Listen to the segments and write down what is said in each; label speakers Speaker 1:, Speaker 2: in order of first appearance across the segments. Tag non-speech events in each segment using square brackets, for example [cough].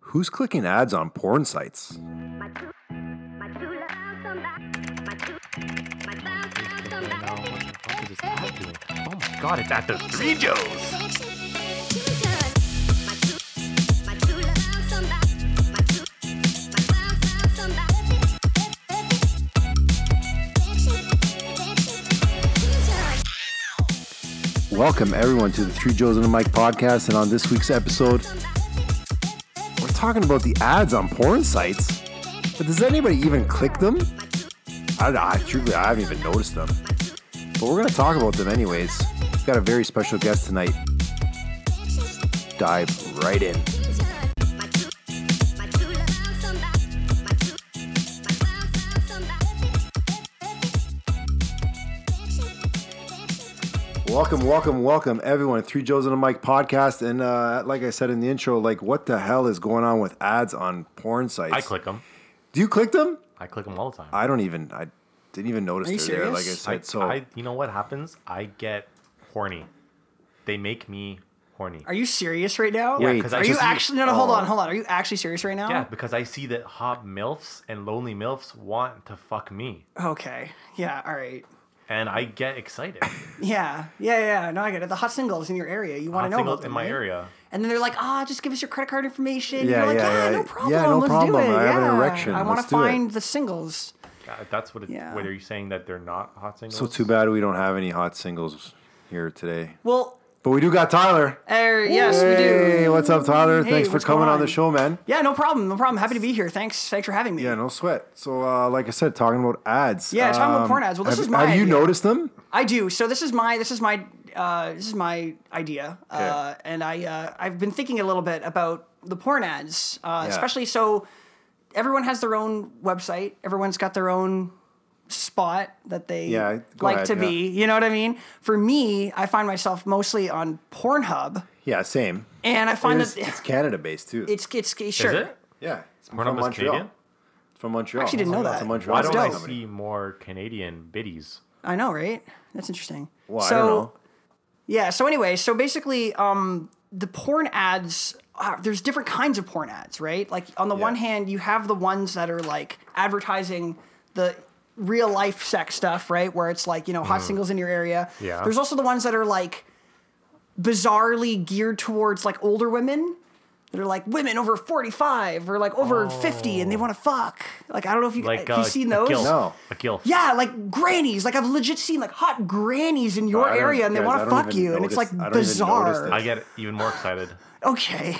Speaker 1: Who's clicking ads on porn sites?
Speaker 2: My true, my true love somebody. My true, my love somebody.
Speaker 3: Oh, what the fuck is this ad doing? Oh my god, it's at the Three Joes!
Speaker 2: My true, my true love somebody. My true, my love somebody.
Speaker 1: Welcome everyone to the Three Joes and a Mike podcast. And on this week's episode, we're talking about the ads on porn sites. But does anybody even click them? I don't know. I truly, I haven't even noticed them. But we're going to talk about them anyways. We've got a very special guest tonight. Dive right in.
Speaker 2: My true, my true love somebody. My true, my love somebody.
Speaker 1: Welcome, welcome, welcome, everyone. Three Joes and a Mike podcast. And uh, like I said in the intro, like what the hell is going on with ads on porn sites?
Speaker 3: I click them.
Speaker 1: Do you click them?
Speaker 3: I click them all the time.
Speaker 1: I don't even. I didn't even notice
Speaker 4: Are you
Speaker 1: they're there. Like I
Speaker 4: serious?
Speaker 1: said,
Speaker 3: I-
Speaker 1: so
Speaker 3: I, you know what happens? I get horny. They make me horny.
Speaker 4: Are you serious right now?
Speaker 1: Wait,
Speaker 3: because I
Speaker 4: Are you
Speaker 3: just-
Speaker 4: actually? No, no. Hold
Speaker 1: Oh.
Speaker 4: on, hold on. Are you actually serious right now?
Speaker 3: Yeah, because I see that hot milfs and lonely milfs want to fuck me,
Speaker 4: Okay. Yeah. All right.
Speaker 3: and I get
Speaker 4: [coughs]
Speaker 3: excited.
Speaker 4: Yeah. Yeah. Yeah. No, I get it. The hot singles in your area. You want
Speaker 3: hot
Speaker 4: to know
Speaker 3: singles
Speaker 4: about them
Speaker 3: in my
Speaker 4: right?
Speaker 3: area.
Speaker 4: And then they're like, ah, just give us your credit card information.
Speaker 1: Yeah,
Speaker 4: You're like,
Speaker 1: yeah,
Speaker 4: yeah,
Speaker 1: yeah.
Speaker 4: no problem.
Speaker 1: Yeah, no
Speaker 4: Let's
Speaker 1: problem.
Speaker 4: Do it.
Speaker 1: I have an
Speaker 4: yeah.
Speaker 1: erection.
Speaker 4: I want
Speaker 1: Let's
Speaker 4: to
Speaker 1: do it."
Speaker 4: find the singles.
Speaker 3: Uh, That's what. It,
Speaker 4: Yeah.
Speaker 3: Whether you're saying that they're not hot singles.
Speaker 1: so too bad we don't have any hot singles here today.
Speaker 4: Well,
Speaker 1: But we do got Tyler.
Speaker 4: er, yes, we do.
Speaker 1: Hey, what's up, Tyler?
Speaker 4: Hey,
Speaker 1: Thanks for
Speaker 4: what's
Speaker 1: coming
Speaker 4: going
Speaker 1: on?
Speaker 4: on?
Speaker 1: the show, man.
Speaker 4: Yeah. No problem. No problem. Happy to be here. Thanks. Thanks for having me.
Speaker 1: Yeah, no sweat. So, uh, like I said, talking about ads. Um,
Speaker 4: Yeah, talking about porn ads. Well, this
Speaker 1: have,
Speaker 4: is my
Speaker 1: Have you
Speaker 4: idea.
Speaker 1: noticed them?
Speaker 4: I do. So this is my this is my uh, this is my idea, uh, and I uh, I've been thinking a little bit about the porn ads, uh,
Speaker 1: Yeah.
Speaker 4: especially so everyone has their own website. Everyone's got their own spot that they
Speaker 1: Yeah, go
Speaker 4: like
Speaker 1: ahead,
Speaker 4: to be. You know what I mean? For me, I find myself mostly on Pornhub,
Speaker 1: Yeah, same.
Speaker 4: and I find
Speaker 1: it's,
Speaker 4: that
Speaker 1: Canada based too.
Speaker 4: it's it's, it's sure.
Speaker 3: Is it?
Speaker 1: yeah, it's
Speaker 3: Pornhub is Canadian?
Speaker 1: It's from Montreal.
Speaker 4: actually didn't know
Speaker 1: It's
Speaker 4: that.
Speaker 1: a Montreal.
Speaker 3: Why
Speaker 4: That's
Speaker 3: don't
Speaker 1: based
Speaker 3: I
Speaker 4: dope.
Speaker 1: company.
Speaker 3: see more Canadian biddies?
Speaker 4: I know, right? That's interesting.
Speaker 1: Well, I
Speaker 4: so,
Speaker 1: don't know.
Speaker 4: Yeah. So anyway, so basically, um, the porn ads. Uh, there's different kinds of porn ads, right? Like on the one
Speaker 1: Yeah.
Speaker 4: hand, you have the ones that are like advertising the real life sex stuff, right? Where it's like you know hot singles in your area.
Speaker 3: Mm-hmm. Yeah.
Speaker 4: There's also the ones that are like bizarrely geared towards like older women. They're like women over 45 or like over 50 and they want to fuck. Like I don't know if you
Speaker 3: Oh. Like
Speaker 4: have
Speaker 3: uh,
Speaker 4: you seen those?
Speaker 3: A gilf.
Speaker 1: No.
Speaker 3: A gilf.
Speaker 4: Yeah, like grannies. Like I've legit seen like hot grannies in your
Speaker 1: I don't-
Speaker 4: area, and they
Speaker 1: guys, I
Speaker 4: want to
Speaker 1: don't
Speaker 4: fuck
Speaker 1: even
Speaker 4: you, and it's
Speaker 1: notice-
Speaker 4: like
Speaker 1: I don't even notice
Speaker 4: bizarre.
Speaker 3: I get even more
Speaker 4: [laughs]
Speaker 3: excited.
Speaker 4: okay,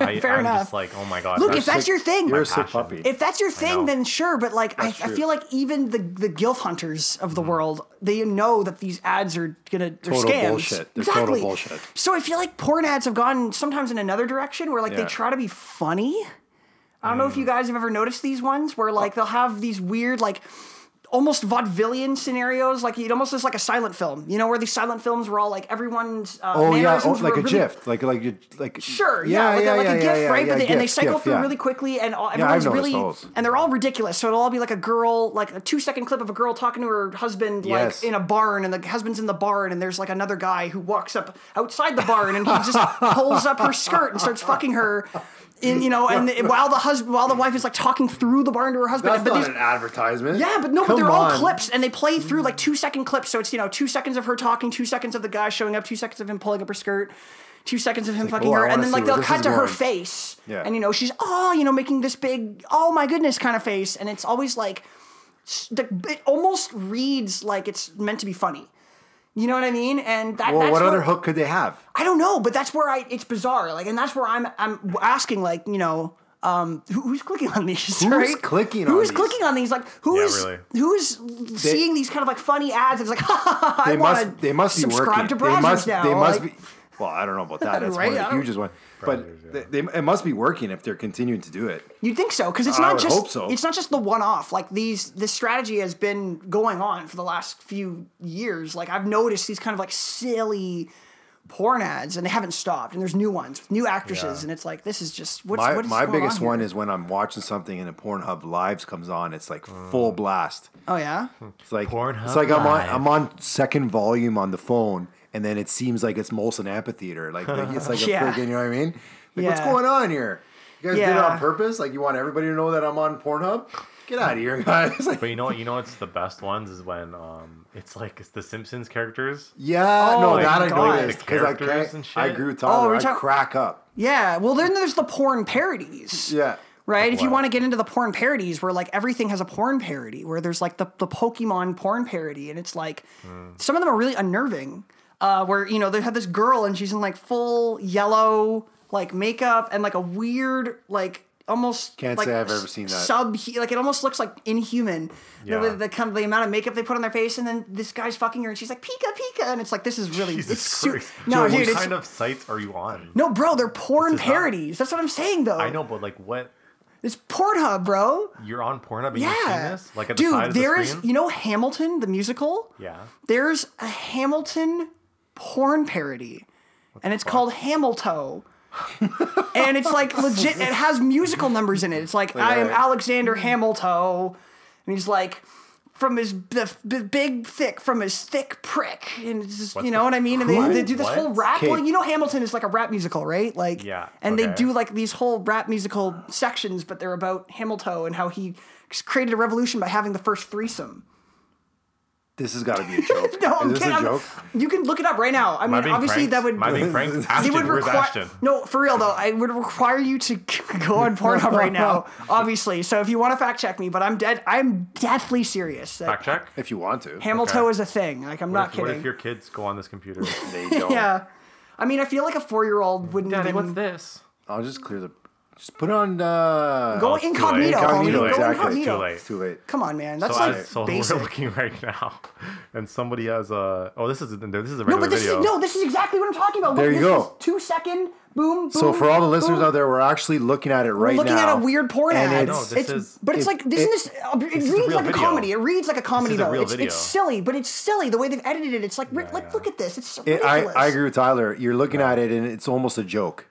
Speaker 3: I,
Speaker 4: Fair
Speaker 3: I'm
Speaker 4: enough.
Speaker 3: just like, oh my god.
Speaker 4: Look,
Speaker 3: that's
Speaker 4: if that's your thing,
Speaker 1: You're a sick
Speaker 3: passion.
Speaker 1: puppy.
Speaker 4: if that's your thing,
Speaker 3: know.
Speaker 4: then sure. But like, I, I
Speaker 1: true. Mm-hmm.
Speaker 4: feel like even the the gilf hunters of the world, they know that these ads are gonna they're
Speaker 1: Total
Speaker 4: scams.
Speaker 1: bullshit. They're total
Speaker 4: exactly.
Speaker 1: bullshit.
Speaker 4: So I feel like porn ads have gone sometimes in another direction where like they
Speaker 1: Yeah. Mm.
Speaker 4: try to be funny. I don't know if you guys have ever noticed these ones where like they'll have these weird like almost vaudevillian scenarios like it almost looks like a silent film you know where these silent films were all like everyone's uh,
Speaker 1: Oh yeah, oh,
Speaker 4: mannerisms
Speaker 1: like
Speaker 4: were
Speaker 1: a
Speaker 4: really-
Speaker 1: GIF, like like you- like
Speaker 4: Sure, yeah, like, a, like a GIF, right? but they, and they
Speaker 1: GIF,
Speaker 4: cycle
Speaker 1: GIF,
Speaker 4: through
Speaker 1: yeah.
Speaker 4: really quickly, and all,
Speaker 1: Yeah, I've
Speaker 4: everyone's
Speaker 1: noticed
Speaker 4: really,
Speaker 1: those.
Speaker 4: and they're all ridiculous. So it'll all be like a girl, like a two second clip of a girl talking to her husband,
Speaker 1: Yes.
Speaker 4: like in a barn, and the husband's in the barn, and there's like another guy who walks up outside the barn, and he
Speaker 1: [laughs]
Speaker 4: just pulls up her skirt and starts fucking her. In, you know,
Speaker 1: [laughs]
Speaker 4: and while the husband, while the wife is like talking through the barn to her husband,
Speaker 1: That's
Speaker 4: but
Speaker 1: not
Speaker 4: these-
Speaker 1: an advertisement.
Speaker 4: yeah, but no, but
Speaker 1: Come
Speaker 4: they're
Speaker 1: on.
Speaker 4: all clips and they play through like two second clips. So it's, you know, two seconds of her talking, two seconds of the guy showing up, two seconds of him pulling up her skirt, two seconds of him fucking
Speaker 1: oh, I
Speaker 4: her.
Speaker 1: wanna
Speaker 4: And then
Speaker 1: see
Speaker 4: like
Speaker 1: where
Speaker 4: they'll
Speaker 1: this is
Speaker 4: cut to her
Speaker 1: going.
Speaker 4: face.
Speaker 1: Yeah.
Speaker 4: And, you know, she's, oh, you know, making this big, oh my goodness kind of face. And it's always like, s- the, it almost reads like it's meant to be funny. You know what I mean? And that,
Speaker 1: Well,
Speaker 4: that's
Speaker 1: what
Speaker 4: where-
Speaker 1: other hook could they have?
Speaker 4: I don't know, but that's where I, it's bizarre. Like, and that's where I'm, I'm asking, like, you know, um, who, who's clicking on these? Who's
Speaker 1: clicking on
Speaker 4: Who's
Speaker 1: these?
Speaker 4: clicking on these? Like, who
Speaker 3: Yeah,
Speaker 4: is
Speaker 3: really.
Speaker 4: who is seeing these kind of like funny ads? And it's like, [laughs] ha ha ha! I
Speaker 1: They
Speaker 4: want
Speaker 1: must. They must be
Speaker 4: subscribe
Speaker 1: working.
Speaker 4: to
Speaker 1: they
Speaker 4: browsers
Speaker 1: must.
Speaker 4: now.
Speaker 1: They must
Speaker 4: like-
Speaker 1: be. Well, I don't know about
Speaker 4: [laughs]
Speaker 1: that. That's
Speaker 4: Right?
Speaker 1: one
Speaker 4: I
Speaker 1: of the
Speaker 4: don't-
Speaker 1: hugest one. But
Speaker 3: Browsers, yeah.
Speaker 1: th- they, it must be working if they're continuing to do it.
Speaker 4: You'd think so, because it's
Speaker 1: I
Speaker 4: not
Speaker 1: would
Speaker 4: just
Speaker 1: hope so.
Speaker 4: it's not just the one off. Like these, this strategy has been going on for the last few years. Like I've noticed these kind of like silly porn ads, and they haven't stopped. And there's new ones, with new actresses,
Speaker 3: Yeah.
Speaker 4: and it's like this is just what's
Speaker 1: My,
Speaker 4: what is
Speaker 1: my
Speaker 4: going
Speaker 1: biggest
Speaker 4: on here?
Speaker 1: one is when I'm watching something and a Pornhub Lives comes on. It's like full blast.
Speaker 4: Oh yeah,
Speaker 1: It's like
Speaker 3: Pornhub
Speaker 1: It's like I'm on
Speaker 3: Live.
Speaker 1: I'm on second volume on the phone, and then it seems like it's Molson Amphitheater. Like, like, it's like
Speaker 4: [laughs] Yeah.
Speaker 1: a freaking. You know what I mean? Like what's
Speaker 4: Yeah.
Speaker 1: going on here? You You guys did it
Speaker 4: Yeah.
Speaker 1: on purpose? Like you want everybody to know that I'm on Pornhub? Get out of here, [laughs] guys. Like,
Speaker 3: But you know what? You know what's the best ones is when um, it's like it's the Simpsons characters.
Speaker 1: yeah, no,
Speaker 4: Oh,
Speaker 1: that I
Speaker 4: my God.
Speaker 1: noticed
Speaker 3: The
Speaker 1: because I
Speaker 3: characters
Speaker 1: can't.
Speaker 3: and
Speaker 1: I
Speaker 3: shit.
Speaker 1: agree with
Speaker 4: Oh,
Speaker 1: Tyler.
Speaker 4: we're
Speaker 1: I
Speaker 4: talking-
Speaker 1: crack up.
Speaker 4: Yeah. Well, then there's the porn parodies.
Speaker 1: Yeah.
Speaker 4: Right? If you
Speaker 3: Wow.
Speaker 4: want to get into the porn parodies where like everything has a porn parody, where there's like the, the Pokemon porn parody, and it's like
Speaker 1: Hmm.
Speaker 4: some of them are really unnerving. Uh, where, you know, they have this girl and she's in like full yellow like makeup and like a weird, like almost
Speaker 1: Can't
Speaker 4: like,
Speaker 1: say I've ever seen that.
Speaker 4: Sub like it almost looks like inhuman.
Speaker 3: Yeah.
Speaker 4: The, the kind of the amount of makeup they put on their face, and then this guy's fucking her and she's like Pika Pika and it's like this is really
Speaker 3: Jesus
Speaker 4: it's su-
Speaker 3: Christ.
Speaker 4: No,
Speaker 3: Dude,
Speaker 4: dude,
Speaker 3: what
Speaker 4: it's
Speaker 3: kind of sites are you on?
Speaker 4: no, bro, they're porn
Speaker 3: This is not-
Speaker 4: parodies. That's what I'm saying, though.
Speaker 3: I know, but like, what?
Speaker 4: It's Pornhub, bro.
Speaker 3: You're on Pornhub and you've seen
Speaker 4: Yeah.
Speaker 3: this? Like at the
Speaker 4: Dude,
Speaker 3: side of the
Speaker 4: there
Speaker 3: screen?
Speaker 4: is- you know Hamilton, the musical?
Speaker 3: yeah.
Speaker 4: There's a Hamilton porn parody. and it's called Hamilto. [laughs] and it's like legit, it has musical numbers in it. It's like, I am
Speaker 1: right.
Speaker 4: Alexander Hamilto. And he's like, from his b- b- big thick, from his thick prick. And it's just, you know what I mean? And
Speaker 1: What?
Speaker 4: they, they do this
Speaker 3: What?
Speaker 4: whole rap.
Speaker 1: Okay.
Speaker 4: Well, you know, Hamilton is like a rap musical, right? Like,
Speaker 3: Yeah,
Speaker 4: And they
Speaker 3: okay.
Speaker 4: do like these whole rap musical sections, but they're about Hamilton and how he created a revolution by having the first threesome.
Speaker 1: This has got to
Speaker 4: [laughs]
Speaker 1: be a joke.
Speaker 4: No, I'm
Speaker 1: Is this
Speaker 4: kidding.
Speaker 1: a
Speaker 4: I'm-
Speaker 1: joke?
Speaker 4: You can look it up right now. I
Speaker 3: Am I
Speaker 4: mean,
Speaker 3: being
Speaker 4: obviously
Speaker 3: pranked?
Speaker 4: that would
Speaker 3: Am I
Speaker 4: [laughs]
Speaker 3: being pranked?
Speaker 4: it
Speaker 3: Ashton,
Speaker 4: would
Speaker 3: where's
Speaker 4: require [laughs]
Speaker 3: Ashton?
Speaker 4: no for real though. I would require you to [laughs] go on Pornhub right now, obviously. So if you want to fact check me, but I'm dead. I'm deathly serious. That
Speaker 3: Fact check?
Speaker 1: If you want to.
Speaker 4: Hamilton
Speaker 3: okay.
Speaker 4: is a thing. Like I'm
Speaker 3: What
Speaker 4: not
Speaker 3: if, what if
Speaker 4: kidding.
Speaker 3: your kids go on this computer?
Speaker 4: [laughs]
Speaker 1: They don't.
Speaker 4: yeah, I mean, I feel like a four year old wouldn't
Speaker 3: Daddy,
Speaker 4: even
Speaker 3: what's this?
Speaker 1: I'll just clear the. Just put on. Uh,
Speaker 4: go
Speaker 3: Oh, it's too late.
Speaker 4: incognito. homie.
Speaker 1: Incognito,
Speaker 4: Go
Speaker 1: exactly.
Speaker 4: incognito.
Speaker 3: Too late.
Speaker 1: It's too late.
Speaker 4: Come on, man. That's
Speaker 3: so
Speaker 4: like
Speaker 3: as, so [laughs]
Speaker 4: basic.
Speaker 3: we're looking right now, [laughs] and somebody has a. Oh, this is a, this is a
Speaker 4: No,
Speaker 3: regular
Speaker 4: but this
Speaker 3: video.
Speaker 4: is no. This is exactly what I'm talking about.
Speaker 1: There you
Speaker 4: Look, this
Speaker 1: go.
Speaker 4: is Two second boom. boom
Speaker 1: So for all the listeners
Speaker 4: boom.
Speaker 1: out there, we're actually looking at it right
Speaker 4: looking
Speaker 1: now.
Speaker 4: at a weird porn
Speaker 1: and
Speaker 4: ad.
Speaker 1: it's-
Speaker 3: No, this
Speaker 4: it's,
Speaker 3: is-
Speaker 4: but it's
Speaker 1: it-
Speaker 4: like isn't
Speaker 1: it-
Speaker 4: this? uh, It
Speaker 3: is a
Speaker 4: reads
Speaker 3: real
Speaker 4: like a
Speaker 3: video.
Speaker 4: comedy. It reads like a comedy
Speaker 3: is a
Speaker 4: though.
Speaker 3: real
Speaker 4: it's,
Speaker 3: video.
Speaker 4: it's silly, but it's silly the way they've edited it. It's like ri- like
Speaker 3: yeah.
Speaker 4: look at this. It's so
Speaker 1: It, I,
Speaker 4: ridiculous.
Speaker 1: I agree with Tyler. You're looking at it and it's almost a joke.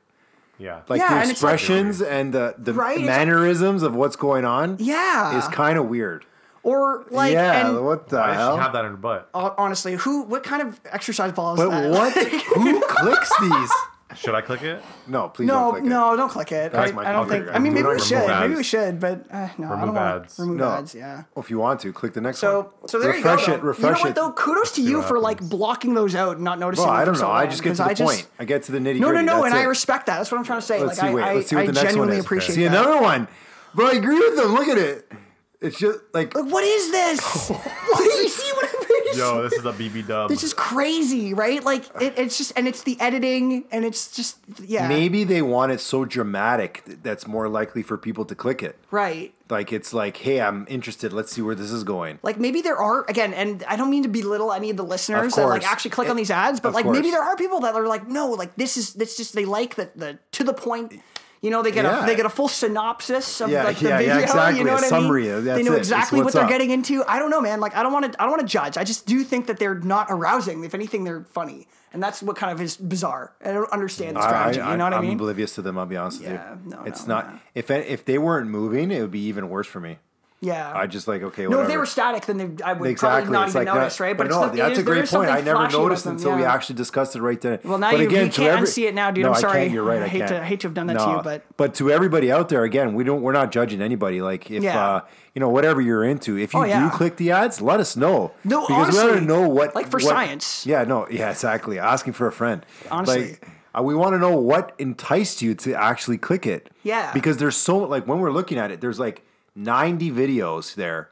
Speaker 3: Yeah.
Speaker 1: Like
Speaker 4: Yeah,
Speaker 1: the
Speaker 4: and it's like-
Speaker 1: expressions and the, the
Speaker 4: Right? It's-
Speaker 1: mannerisms of what's going on
Speaker 4: Yeah.
Speaker 1: is kind of weird.
Speaker 4: or like
Speaker 1: yeah,
Speaker 4: and
Speaker 1: what the
Speaker 3: why does
Speaker 1: hell?
Speaker 3: she have that in her butt?
Speaker 4: hon- honestly, who? What kind of exercise ball is
Speaker 1: but
Speaker 4: [laughs] that?
Speaker 1: what? Who clicks these?
Speaker 3: Should I click
Speaker 4: [laughs]
Speaker 3: it?
Speaker 1: No, please
Speaker 4: No,
Speaker 1: don't click it.
Speaker 4: no, don't click it. I,
Speaker 1: That's my
Speaker 4: I don't
Speaker 1: computer.
Speaker 4: think. I mean,
Speaker 1: Do
Speaker 4: maybe
Speaker 1: not
Speaker 4: we should.
Speaker 3: remove
Speaker 4: Maybe
Speaker 3: ads.
Speaker 4: we should, but uh, no, I don't
Speaker 3: Remove
Speaker 4: want
Speaker 3: ads.
Speaker 4: to remove
Speaker 1: No.
Speaker 4: ads. Yeah.
Speaker 1: Well, if you want to, click the next one.
Speaker 4: So, so there
Speaker 1: refresh
Speaker 4: you go.
Speaker 1: it.
Speaker 4: though.
Speaker 1: Refresh
Speaker 4: you know
Speaker 1: it.
Speaker 4: what though? Kudos to you
Speaker 3: what
Speaker 4: for like
Speaker 3: happens.
Speaker 4: blocking those out, and not noticing.
Speaker 1: Well, I
Speaker 4: them for
Speaker 1: don't
Speaker 4: so
Speaker 1: know. I
Speaker 4: long,
Speaker 1: just get to
Speaker 4: 'cause
Speaker 1: the
Speaker 4: I just-
Speaker 1: point. I get to the nitty gritty.
Speaker 4: No, no, no,
Speaker 1: That's
Speaker 4: and I
Speaker 1: it.
Speaker 4: respect that. That's what I'm trying to say.
Speaker 1: Let's
Speaker 4: like,
Speaker 1: see. Wait.
Speaker 4: I,
Speaker 1: let's see
Speaker 4: I,
Speaker 1: what the
Speaker 4: I
Speaker 1: next
Speaker 4: genuinely
Speaker 1: one is.
Speaker 4: appreciate
Speaker 1: see
Speaker 4: that.
Speaker 1: another one, bro. I agree with them. Look at it. It's just like
Speaker 4: Like, what
Speaker 1: [laughs]
Speaker 4: is this? what do you see? What it is? [laughs]
Speaker 3: Yo, this is a BB dub.
Speaker 4: This is crazy, right? Like, it, it's just, and it's the editing, and it's just, yeah,
Speaker 1: maybe they want it so dramatic th- that's more likely for people to click it.
Speaker 4: right.
Speaker 1: Like it's like, hey, I'm interested. Let's see where this is going.
Speaker 4: Like maybe there are again, and I don't mean to belittle any of the listeners that like
Speaker 1: course.
Speaker 4: actually click on
Speaker 1: It-
Speaker 4: these ads, but
Speaker 1: of
Speaker 4: like maybe
Speaker 1: course.
Speaker 4: there are people that are like, no, like this is this just they like the the to the point. You know, they get
Speaker 1: Yeah.
Speaker 4: a they get a full synopsis of
Speaker 1: Yeah,
Speaker 4: like
Speaker 1: yeah,
Speaker 4: the
Speaker 1: yeah,
Speaker 4: video.
Speaker 1: exactly.
Speaker 4: You know
Speaker 1: A
Speaker 4: what
Speaker 1: summary,
Speaker 4: I mean?
Speaker 1: that's
Speaker 4: they know
Speaker 1: it. It's
Speaker 4: exactly what
Speaker 1: what's
Speaker 4: they're
Speaker 1: up.
Speaker 4: getting into. I don't know, man. Like I don't want to I don't want to judge. I just do think that they're not arousing. If anything, they're funny, and that's what kind of is bizarre. I don't understand the strategy. you know what I,
Speaker 1: am
Speaker 4: mean?
Speaker 1: oblivious to them. I'll be honest
Speaker 4: Yeah,
Speaker 1: with you.
Speaker 4: no,
Speaker 1: it's
Speaker 4: no,
Speaker 1: not.
Speaker 4: no.
Speaker 1: If if they weren't moving, it would be even worse for me.
Speaker 4: yeah.
Speaker 1: I just like okay.
Speaker 4: no,
Speaker 1: whatever.
Speaker 4: if they were static, then they, I would
Speaker 1: exactly.
Speaker 4: probably not
Speaker 1: it's
Speaker 4: even
Speaker 1: like
Speaker 4: notice,
Speaker 1: that,
Speaker 4: right?
Speaker 1: But,
Speaker 4: it's
Speaker 1: no, that's
Speaker 4: the- it
Speaker 1: a
Speaker 4: is- there
Speaker 1: great
Speaker 4: is
Speaker 1: point. I
Speaker 4: something
Speaker 1: never
Speaker 4: flashy about
Speaker 1: noticed
Speaker 4: them,
Speaker 1: until we
Speaker 4: yeah.
Speaker 1: actually discussed it right then.
Speaker 4: Well, now
Speaker 1: but
Speaker 4: you-
Speaker 1: again,
Speaker 4: you
Speaker 1: to
Speaker 4: can't
Speaker 1: every-
Speaker 4: unsee it now, dude.
Speaker 1: No,
Speaker 4: I'm
Speaker 1: I
Speaker 4: sorry.
Speaker 1: can't. You're right.
Speaker 4: I
Speaker 1: I
Speaker 4: hate to-
Speaker 1: can't.
Speaker 4: hate to have done that to
Speaker 1: No,
Speaker 4: you, but-
Speaker 1: to everybody out there, again, we don't. We're not judging anybody. Like if
Speaker 4: Yeah.
Speaker 1: uh, you know whatever you're into, if you
Speaker 4: Oh, yeah.
Speaker 1: do click the ads, let us know.
Speaker 4: No,
Speaker 1: because we want to
Speaker 4: honestly,
Speaker 1: know what
Speaker 4: like for
Speaker 1: what-
Speaker 4: science.
Speaker 1: Yeah, no, yeah, exactly. Asking for a friend.
Speaker 4: Honestly.
Speaker 1: Like, uh, we want to know what enticed you to actually click it.
Speaker 4: Yeah.
Speaker 1: Because there's so like when we're looking at it, there's like 90 videos there.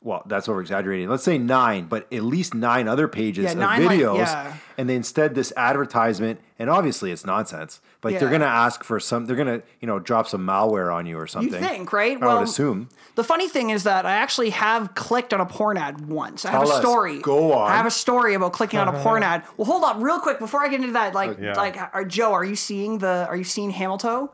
Speaker 1: Well, that's over exaggerating. Let's say nine, but at least nine other pages
Speaker 4: Yeah,
Speaker 1: of
Speaker 4: nine, like,
Speaker 1: videos.
Speaker 4: yeah.
Speaker 1: And then instead this advertisement, and obviously it's nonsense. Like they're
Speaker 4: Yeah.
Speaker 1: gonna ask for some they're gonna, you know, drop some malware on you or something.
Speaker 4: You'd think, right?
Speaker 1: I would assume.
Speaker 4: The funny thing is that I actually have clicked on a porn ad once. I have
Speaker 1: Tell
Speaker 4: a
Speaker 1: us.
Speaker 4: story.
Speaker 1: Go on.
Speaker 4: I have a story about clicking on a
Speaker 3: [laughs]
Speaker 4: porn ad. Well, hold up, real quick before I get into that. Like,
Speaker 3: Yeah.
Speaker 4: like, are, Joe, are you seeing the? Are you seeing Hamilton?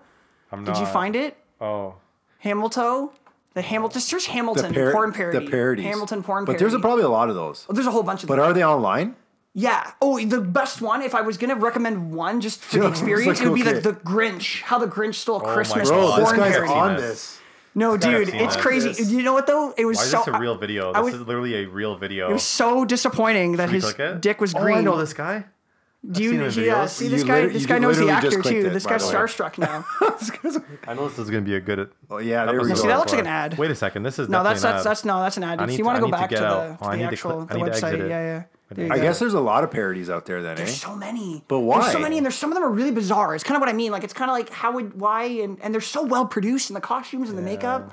Speaker 3: I'm
Speaker 4: Did you
Speaker 3: not-
Speaker 4: find it?
Speaker 3: Oh,
Speaker 4: Hamilton. The Hamilton. Just search Hamilton
Speaker 1: par-
Speaker 4: porn parody.
Speaker 1: The parodies.
Speaker 4: Hamilton porn
Speaker 1: But
Speaker 4: parody. Oh,
Speaker 1: there's a, probably a lot of those.
Speaker 4: There's a whole bunch of
Speaker 1: But
Speaker 4: them.
Speaker 1: are they online?
Speaker 4: yeah. Oh, the best one. If I was gonna recommend one just
Speaker 1: [laughs]
Speaker 4: for the
Speaker 1: It's like,
Speaker 4: experience, it would be
Speaker 1: okay.
Speaker 4: like the Grinch. How the Grinch stole
Speaker 3: Oh my
Speaker 4: Christmas
Speaker 3: God.
Speaker 1: Bro,
Speaker 4: porn
Speaker 1: Oh, this guy's
Speaker 4: parody.
Speaker 1: on
Speaker 3: Seen this.
Speaker 1: this.
Speaker 4: No,
Speaker 3: think I've
Speaker 4: dude,
Speaker 3: seen
Speaker 4: it's
Speaker 3: that.
Speaker 4: crazy.
Speaker 1: This-
Speaker 4: You know what though? It was
Speaker 3: why is
Speaker 4: so
Speaker 3: this a real video?
Speaker 4: I
Speaker 3: This
Speaker 4: was-
Speaker 3: is literally a real video.
Speaker 4: It was so disappointing that
Speaker 3: You
Speaker 4: his
Speaker 3: click it?
Speaker 4: dick was
Speaker 3: Oh,
Speaker 4: green.
Speaker 3: I know this guy.
Speaker 4: Do
Speaker 3: seen
Speaker 4: you?
Speaker 3: him in
Speaker 4: Yeah,
Speaker 3: videos.
Speaker 4: see this
Speaker 1: You
Speaker 4: guy.
Speaker 1: literally-
Speaker 4: This
Speaker 1: you
Speaker 4: guy knows the
Speaker 1: literally just
Speaker 4: actor
Speaker 1: clicked
Speaker 4: too.
Speaker 1: it,
Speaker 4: This
Speaker 1: by
Speaker 4: guy's
Speaker 1: the way.
Speaker 3: [laughs]
Speaker 4: starstruck now.
Speaker 1: [laughs]
Speaker 4: [laughs]
Speaker 3: I know this is going to be a good.
Speaker 1: Oh, yeah, there we
Speaker 3: episode.
Speaker 1: go. See, that
Speaker 4: looks like an ad.
Speaker 3: Wait a second. This is
Speaker 4: No,
Speaker 3: definitely
Speaker 4: that's that's
Speaker 3: an ad.
Speaker 4: that's no, that's an ad.
Speaker 3: I
Speaker 4: So
Speaker 3: need
Speaker 4: you want
Speaker 3: to- I
Speaker 4: to go
Speaker 3: need to
Speaker 4: back to
Speaker 3: get
Speaker 4: the,
Speaker 3: out. Oh,
Speaker 4: to
Speaker 3: I
Speaker 4: the
Speaker 3: need to
Speaker 4: actual
Speaker 3: click- I
Speaker 4: the
Speaker 3: need to exit
Speaker 4: website. Yeah,
Speaker 3: it.
Speaker 4: yeah. There you
Speaker 1: I
Speaker 4: go.
Speaker 1: guess there's a lot of parodies out there then, eh?
Speaker 4: There's so many.
Speaker 1: But
Speaker 4: There's so
Speaker 1: why?
Speaker 4: many, and there's some of them are really bizarre. It's kind of what I mean. Like it's kind of like how would why, and and they're so well produced, and the costumes and the makeup,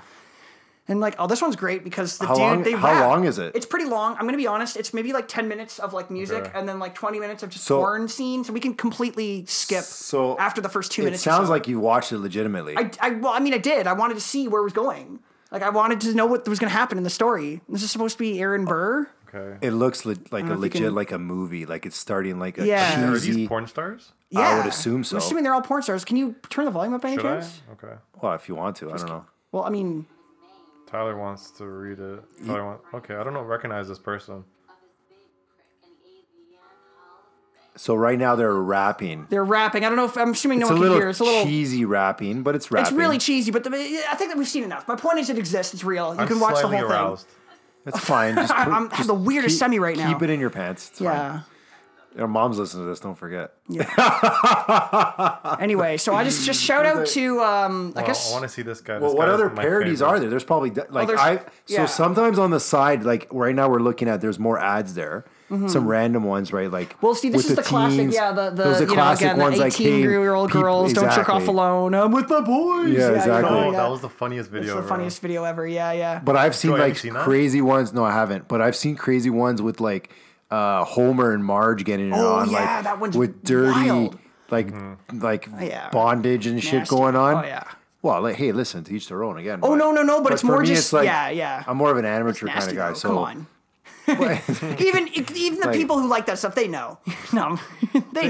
Speaker 4: and like oh, this one's great because the
Speaker 1: How
Speaker 4: dude
Speaker 1: long-
Speaker 4: they
Speaker 1: how
Speaker 4: rap.
Speaker 1: long is it?
Speaker 4: It's pretty long. I'm gonna be honest. It's maybe like ten minutes of like music,
Speaker 3: Okay.
Speaker 4: and then like twenty minutes of just
Speaker 1: So-
Speaker 4: porn scenes. So we can completely skip
Speaker 1: So
Speaker 4: after the first two
Speaker 1: it
Speaker 4: minutes. or
Speaker 1: sounds
Speaker 4: so.
Speaker 1: like you watched it legitimately.
Speaker 4: I, I well, I mean, I did. I wanted to see where it was going. Like I wanted to know what was gonna happen in the story. This is supposed to be Aaron Burr.
Speaker 3: Okay.
Speaker 1: it looks le- like a
Speaker 4: know if you
Speaker 1: legit,
Speaker 4: can-
Speaker 1: like a movie. Like it's starting like a
Speaker 4: Yeah.
Speaker 3: Are
Speaker 1: cheesy.
Speaker 3: these porn stars?
Speaker 4: Yeah,
Speaker 1: would assume so.
Speaker 4: I'm assuming they're all porn stars. Can you turn the volume up by any
Speaker 3: Should I?
Speaker 4: chance?
Speaker 3: Okay.
Speaker 1: well, if you want to, I don't know.
Speaker 4: Well, I mean,
Speaker 3: Tyler wants to read it. Tyler wants. Okay, I don't know. Recognize this person.
Speaker 1: So right now they're rapping.
Speaker 4: they're rapping. I don't know if I'm assuming no
Speaker 1: It's a
Speaker 4: one can
Speaker 1: little
Speaker 4: hear. It's a little.
Speaker 1: cheesy rapping, but it's rapping.
Speaker 4: It's really cheesy, but the, I think that we've seen enough. My point is, it exists. It's real. You
Speaker 3: I'm
Speaker 4: can watch the
Speaker 3: slightly
Speaker 4: whole
Speaker 3: aroused.
Speaker 1: It's fine.
Speaker 4: [laughs]
Speaker 1: Just
Speaker 4: I'm-
Speaker 1: put-
Speaker 4: I'm- I have
Speaker 1: just
Speaker 4: the weirdest
Speaker 1: keep-
Speaker 4: semi right now.
Speaker 1: Keep it in your pants. It's
Speaker 4: thing.
Speaker 1: yeah. [laughs]
Speaker 4: Yeah.
Speaker 1: fine. Your mom's listening to this. Don't forget.
Speaker 4: Anyway, so I just just shout out to um, I
Speaker 3: Well,
Speaker 4: guess
Speaker 3: I want to see uh, this guy.
Speaker 1: Well, what other parodies are there? There's probably de- like
Speaker 4: Oh, there's-
Speaker 1: I. So
Speaker 4: yeah.
Speaker 1: sometimes on the side, like right now, we're looking at there's more ads there. Some random ones, right? Like
Speaker 4: Mm-hmm. Well, see, this
Speaker 1: with
Speaker 4: is the, classic,
Speaker 1: teens.
Speaker 4: yeah, the, the,
Speaker 1: Those are
Speaker 4: you know, again, the 18 year old
Speaker 1: people-
Speaker 4: girls don't jerk off
Speaker 1: exactly.
Speaker 4: alone. I'm with my boys.
Speaker 1: Yeah,
Speaker 4: you
Speaker 1: exactly.
Speaker 4: know,
Speaker 3: Oh,
Speaker 1: Yeah.
Speaker 3: that was the funniest video.
Speaker 4: It's the
Speaker 3: ever.
Speaker 4: funniest video ever. Yeah, yeah.
Speaker 1: But I've seen
Speaker 3: Joy, have Oh, you
Speaker 1: like
Speaker 3: seen that?
Speaker 1: crazy ones. No, I haven't. But I've seen crazy ones with like uh, Homer and Marge getting it
Speaker 4: Oh,
Speaker 1: on,
Speaker 4: yeah,
Speaker 1: like
Speaker 4: that one's
Speaker 1: with dirty,
Speaker 4: wild. Oh,
Speaker 1: like
Speaker 3: Mm-hmm.
Speaker 1: like
Speaker 4: Yeah.
Speaker 1: bondage and shit
Speaker 4: Nasty.
Speaker 1: going on.
Speaker 4: Oh, yeah.
Speaker 1: Well, like, hey, listen to each their own again.
Speaker 4: Oh, no, no, no, but it's
Speaker 1: for
Speaker 4: more
Speaker 1: me,
Speaker 4: just-
Speaker 1: like,
Speaker 4: yeah, yeah.
Speaker 1: I'm more of an amateur kind
Speaker 4: Nasty,
Speaker 1: of guy.
Speaker 4: though.
Speaker 1: So
Speaker 4: Come on.
Speaker 1: [laughs]
Speaker 4: even e, even the
Speaker 1: Like-
Speaker 4: people who like that stuff, they know. [laughs] No, they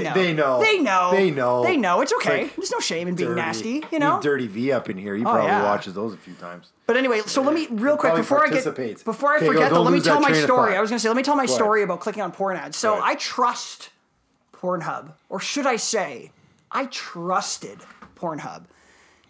Speaker 1: They-
Speaker 4: know.
Speaker 1: they know.
Speaker 4: They know.
Speaker 1: They know.
Speaker 4: They know. It's okay.
Speaker 1: like
Speaker 4: There's no shame in being
Speaker 1: dirty-
Speaker 4: nasty,
Speaker 1: I
Speaker 4: you
Speaker 1: mean,
Speaker 4: know. Oh,
Speaker 1: dirty V up in here. He probably
Speaker 4: yeah.
Speaker 1: watches those a few times.
Speaker 4: But anyway, so let me real quick
Speaker 1: probably
Speaker 4: before I get
Speaker 1: participates.
Speaker 4: before I
Speaker 1: Okay, go-
Speaker 4: forget,
Speaker 1: don't
Speaker 4: though, let me
Speaker 1: lose that
Speaker 4: tell my
Speaker 1: train of
Speaker 4: story.
Speaker 1: thought.
Speaker 4: I was going to say, let me tell my
Speaker 1: ahead.
Speaker 4: story about clicking on porn ads. So
Speaker 1: Go ahead.
Speaker 4: I trust Pornhub, or should I say, I trusted Pornhub.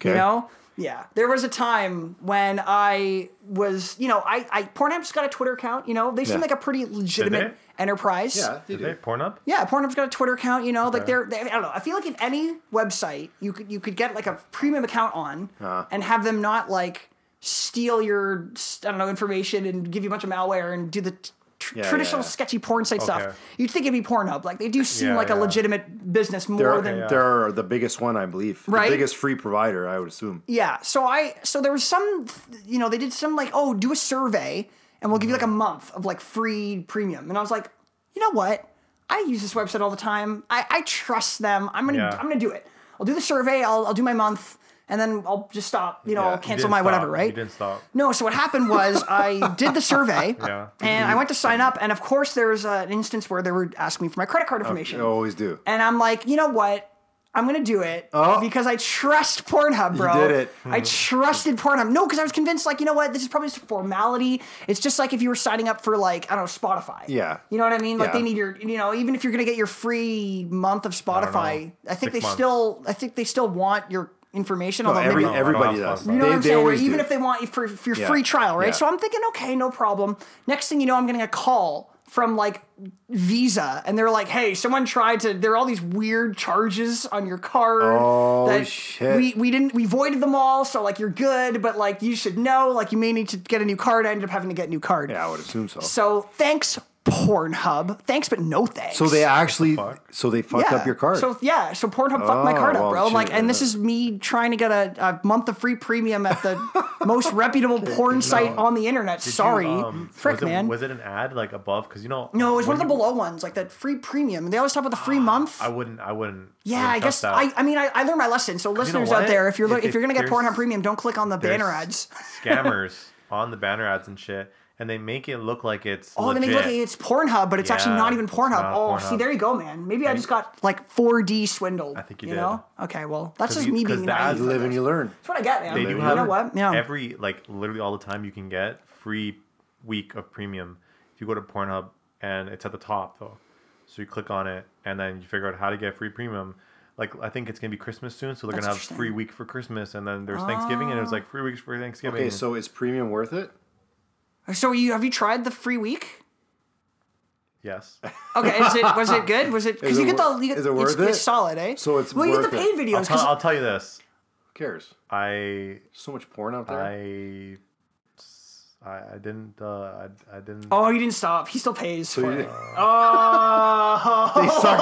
Speaker 4: You
Speaker 1: Okay.
Speaker 4: know, yeah. There was a time when I was, you know, I, I Pornhub's got a Twitter account. You know, they seem
Speaker 1: Yeah.
Speaker 4: like a pretty legitimate enterprise.
Speaker 1: they
Speaker 3: Did they porn up?
Speaker 4: Yeah, Pornhub's got a Twitter account, you know, like they're, they, I don't know. I feel like if any website you could you could get like a premium account on and have them not like steal your I don't know information and give you a bunch of malware and do the t- tr-
Speaker 1: Yeah,
Speaker 4: traditional
Speaker 1: yeah.
Speaker 4: sketchy porn site
Speaker 3: Okay.
Speaker 4: stuff. You'd think it'd be Pornhub, like they do seem
Speaker 3: Yeah,
Speaker 4: like a
Speaker 3: yeah.
Speaker 4: legitimate business more
Speaker 1: They're,
Speaker 4: than
Speaker 3: yeah.
Speaker 1: they're the biggest one, I believe.
Speaker 4: Right?
Speaker 1: The biggest free provider, I would assume.
Speaker 4: Yeah. So I so there was some you know, they did some like, oh, do a survey and we'll give you like a month of like free premium. And I was like, you know what? I use this website all the time. I, I trust them. I'm gonna
Speaker 3: Yeah.
Speaker 4: I'm gonna do it. I'll do the survey, I'll I'll do my month, and then I'll just stop, you know,
Speaker 1: Yeah.
Speaker 4: I'll
Speaker 1: You
Speaker 4: cancel
Speaker 3: didn't
Speaker 4: my
Speaker 3: stop.
Speaker 4: whatever, right?
Speaker 3: You didn't stop.
Speaker 4: No, so what
Speaker 3: [laughs]
Speaker 4: happened was I did the survey
Speaker 3: Yeah.
Speaker 4: and I went to sign up, and of course there was uh, an instance where they were asking me for my credit card information.
Speaker 1: I
Speaker 3: oh,
Speaker 1: always do.
Speaker 4: And I'm like, you know what? I'm gonna do it
Speaker 1: Oh.
Speaker 4: because I trust Pornhub, bro.
Speaker 1: did it.
Speaker 4: I trusted Pornhub. No, because I was convinced, like, you know what? This is probably just a formality. It's just like if you were signing up for, like, I don't know, Spotify.
Speaker 1: Yeah.
Speaker 4: You know what I mean? Like,
Speaker 1: Yeah.
Speaker 4: they need your, you know, even if you're gonna get your free month of Spotify, I, think
Speaker 3: Six
Speaker 4: they
Speaker 3: months.
Speaker 4: still, I think they still want your information. although
Speaker 1: Oh, Every,
Speaker 4: maybe,
Speaker 3: every-
Speaker 1: everybody
Speaker 3: no,
Speaker 1: does.
Speaker 3: no,
Speaker 4: you
Speaker 3: no.
Speaker 1: they,
Speaker 4: know what I'm
Speaker 1: they
Speaker 4: saying? Or
Speaker 1: always
Speaker 4: even
Speaker 1: do.
Speaker 4: if they want you for, for your
Speaker 1: Yeah.
Speaker 4: free trial, right?
Speaker 1: Yeah.
Speaker 4: So I'm thinking, okay, no problem. Next thing you know, I'm getting a call from like Visa, and they're like, "Hey, someone tried to. There are all these weird charges on your card.
Speaker 1: Oh,
Speaker 4: that
Speaker 1: shit.
Speaker 4: We we didn't we voided them all. So like you're good, but like you should know. Like you may need to get a new card. I ended up having to get a new card.
Speaker 1: Yeah, I would assume so.
Speaker 4: So thanks, Pornhub. Thanks, but no thanks.
Speaker 1: So they actually,
Speaker 3: fuck?
Speaker 1: so they fucked up your card.
Speaker 4: So yeah, so Pornhub fucked my
Speaker 1: Oh,
Speaker 4: card up,
Speaker 1: well,
Speaker 4: bro. I'm like,
Speaker 1: shit.
Speaker 4: and this is me trying to get a, a month of free premium at
Speaker 3: [laughs]
Speaker 4: the most reputable porn site on the internet.
Speaker 3: Did you,
Speaker 4: Sorry,
Speaker 3: um,
Speaker 4: frick,
Speaker 3: was it,
Speaker 4: man.
Speaker 3: Was it an ad like above? Because you know.
Speaker 4: no, it was one of
Speaker 3: when
Speaker 4: the
Speaker 3: you-
Speaker 4: below ones, like that free premium. They always talk about the free
Speaker 3: [gasps]
Speaker 4: month.
Speaker 3: I wouldn't. I wouldn't.
Speaker 4: yeah,
Speaker 3: wouldn't
Speaker 4: I
Speaker 3: trust
Speaker 4: guess
Speaker 3: that.
Speaker 4: I. I mean, I, I learned my lesson. So
Speaker 3: know
Speaker 4: listeners out
Speaker 3: what?
Speaker 4: there, if you're if,
Speaker 3: If-
Speaker 4: if you're gonna get
Speaker 3: if
Speaker 4: Pornhub
Speaker 3: there's-
Speaker 4: Premium, don't click on the
Speaker 3: There's
Speaker 4: banner ads. [laughs]
Speaker 3: scammers on the banner ads and shit, and they make it look like it's.
Speaker 4: Oh,
Speaker 3: legit.
Speaker 4: they make it look like it's Pornhub, but it's actually
Speaker 3: Yeah,
Speaker 4: not even
Speaker 3: it's
Speaker 4: Pornhub.
Speaker 3: not
Speaker 4: oh,
Speaker 3: Pornhub.
Speaker 4: see, there you go, man. Maybe I just got like 4D swindled. I
Speaker 3: think you
Speaker 4: you
Speaker 3: did.
Speaker 4: know? Okay, well, that's
Speaker 3: 'Cause
Speaker 4: just
Speaker 3: you-
Speaker 4: me
Speaker 3: 'cause
Speaker 4: being
Speaker 3: the
Speaker 4: naive.
Speaker 3: ads
Speaker 1: you
Speaker 4: That's
Speaker 1: live and you learn.
Speaker 4: what I get, man.
Speaker 3: They do
Speaker 4: you
Speaker 3: have
Speaker 4: know what? Yeah.
Speaker 3: every like literally all the time you can get free week of premium if you go to Pornhub and it's at the top though. So you click on it and then you figure out how to get free premium. Like I think it's gonna be Christmas soon, so they're
Speaker 4: That's
Speaker 3: gonna have
Speaker 4: interesting.
Speaker 3: free week for Christmas and then there's Thanksgiving and it was like free weeks for Thanksgiving.
Speaker 1: Okay, so is premium worth it?
Speaker 4: Uh, So you have you tried the free week? [laughs]
Speaker 3: Yes.
Speaker 4: Okay, is it was it good? Was it because
Speaker 1: [laughs] Is
Speaker 4: you
Speaker 1: it
Speaker 4: get the
Speaker 1: wor-
Speaker 4: you get,
Speaker 1: is it
Speaker 4: it's-
Speaker 1: worth
Speaker 4: it's,
Speaker 1: it?
Speaker 4: solid, eh?
Speaker 1: So it's
Speaker 4: well, you
Speaker 1: worth
Speaker 4: get the
Speaker 1: it.
Speaker 4: paid
Speaker 3: I'll,
Speaker 4: videos
Speaker 3: tell-
Speaker 4: because
Speaker 3: I'll tell you this.
Speaker 1: cares?
Speaker 3: I
Speaker 1: So much porn out there.
Speaker 3: I I, I didn't uh, I, I didn't.
Speaker 4: oh, he didn't stop. He still pays.
Speaker 1: so
Speaker 4: for
Speaker 1: you, they
Speaker 3: [laughs]
Speaker 4: it.
Speaker 1: [laughs] suckered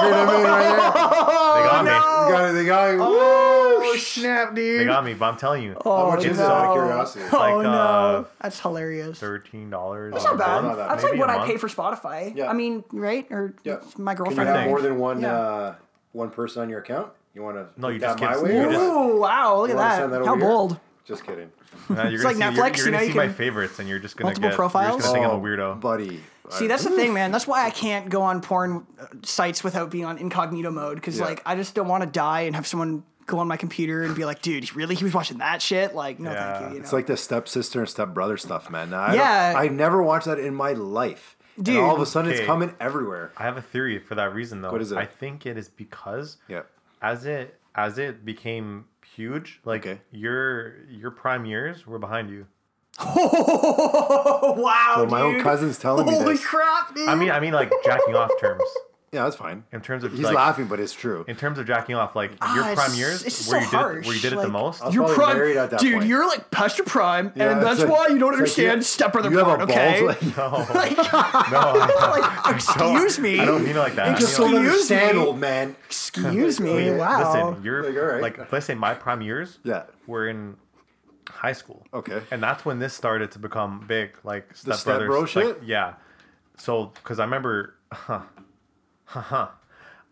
Speaker 1: him in right there.
Speaker 3: they
Speaker 1: They got it. They
Speaker 3: got me.
Speaker 4: [laughs]
Speaker 1: got it.
Speaker 4: Oh,
Speaker 1: Woo, snap, dude.
Speaker 3: They got me. But I'm telling you,
Speaker 1: How
Speaker 4: Oh,
Speaker 1: much is it
Speaker 4: no.
Speaker 1: out of
Speaker 4: [laughs]
Speaker 1: curiosity?
Speaker 3: like,
Speaker 4: oh
Speaker 3: uh,
Speaker 4: no, that's hilarious.
Speaker 3: thirteen dollars.
Speaker 4: That's not bad.
Speaker 1: not that
Speaker 4: That's
Speaker 1: bad.
Speaker 4: like what I pay for Spotify.
Speaker 1: Yeah.
Speaker 4: I mean, right? Or
Speaker 1: Yeah.
Speaker 4: my
Speaker 1: Can you
Speaker 4: girlfriend.
Speaker 1: have
Speaker 3: Thing.
Speaker 1: more than one
Speaker 4: Yeah.
Speaker 1: uh, one person on your account? You want to?
Speaker 3: No, you
Speaker 1: that
Speaker 3: just
Speaker 1: my
Speaker 3: can't-
Speaker 1: way.
Speaker 3: you
Speaker 1: or
Speaker 3: just-
Speaker 1: what?
Speaker 4: Ooh, wow! Look
Speaker 1: You
Speaker 4: at
Speaker 1: wanna
Speaker 4: that.
Speaker 1: send that
Speaker 4: How
Speaker 1: over here?
Speaker 4: bold.
Speaker 1: Just kidding,
Speaker 3: Now you're
Speaker 4: It's
Speaker 3: gonna
Speaker 4: like
Speaker 3: see, you're-
Speaker 4: Netflix,
Speaker 3: You're,
Speaker 4: you
Speaker 3: gonna
Speaker 4: know, you
Speaker 3: see my
Speaker 4: can-
Speaker 3: favorites, and you're just gonna
Speaker 4: Multiple
Speaker 3: get. You're
Speaker 4: profiles?
Speaker 3: just gonna think I'm
Speaker 1: Oh,
Speaker 3: a weirdo.
Speaker 1: buddy.
Speaker 4: See, that's the thing, man. That's why I can't go on porn uh, sites without being on incognito mode because,
Speaker 1: Yeah.
Speaker 4: like, I just don't want to die and have someone go on my computer and be like, "Dude, really? He was watching that shit?" Like, no,
Speaker 3: Yeah.
Speaker 4: thank you. you
Speaker 1: It's
Speaker 4: know?
Speaker 1: like the stepsister and stepbrother stuff, man. Now, I
Speaker 4: Yeah.
Speaker 1: yeah. I never watched that in my life. And
Speaker 4: Dude.
Speaker 1: all of a sudden it's
Speaker 3: Okay.
Speaker 1: coming everywhere.
Speaker 3: I have a theory for that reason, though.
Speaker 1: What is it?
Speaker 3: I think it is because
Speaker 1: Yeah.
Speaker 3: as it as it became huge, like
Speaker 1: Okay.
Speaker 3: your your prime years were behind you.
Speaker 4: oh [laughs] wow!
Speaker 1: So my own
Speaker 4: dude.
Speaker 1: cousin's telling me
Speaker 4: Holy
Speaker 1: this.
Speaker 4: crap, dude!
Speaker 3: I mean, I mean, like jacking off terms
Speaker 1: Yeah, that's fine.
Speaker 3: in terms of
Speaker 1: He's
Speaker 3: like,
Speaker 1: laughing, but it's true.
Speaker 3: in terms of jacking off, like your
Speaker 4: Ah, it's
Speaker 3: prime
Speaker 4: just-
Speaker 3: years
Speaker 4: it's just
Speaker 3: where
Speaker 4: so
Speaker 3: you did it- where
Speaker 4: harsh,
Speaker 3: you did it
Speaker 4: like-
Speaker 3: the most. [laughs]
Speaker 4: [laughs]
Speaker 1: I was
Speaker 4: You're
Speaker 1: probably
Speaker 4: prime,
Speaker 1: married at that
Speaker 4: dude.
Speaker 1: point.
Speaker 4: You're like past your prime,
Speaker 1: Yeah,
Speaker 4: and
Speaker 1: it's
Speaker 4: that's
Speaker 1: like-
Speaker 4: why you don't
Speaker 1: it's like you-
Speaker 4: understand stepbrother
Speaker 1: You have
Speaker 4: porn.
Speaker 1: a [laughs]
Speaker 4: okay,
Speaker 1: balls. Like,
Speaker 3: no,
Speaker 4: [laughs] like,
Speaker 1: [laughs]
Speaker 4: like, excuse me.
Speaker 3: Oh. I don't mean it like that. I
Speaker 1: you just
Speaker 3: mean,
Speaker 1: don't
Speaker 3: like-
Speaker 4: Excuse
Speaker 1: understand,
Speaker 4: me.
Speaker 1: old man.
Speaker 4: Excuse
Speaker 1: [laughs]
Speaker 4: me.
Speaker 1: Wait,
Speaker 4: wow.
Speaker 3: Listen, you're
Speaker 1: Like,
Speaker 3: like,
Speaker 1: all right.
Speaker 3: let's say my prime years
Speaker 1: Yeah.
Speaker 3: were in high school.
Speaker 1: Okay.
Speaker 3: And that's when this started to become big, like
Speaker 1: The
Speaker 3: step
Speaker 1: stepbro
Speaker 3: brothers, like,
Speaker 1: shit?
Speaker 3: yeah. So, because I remember, huh, huh,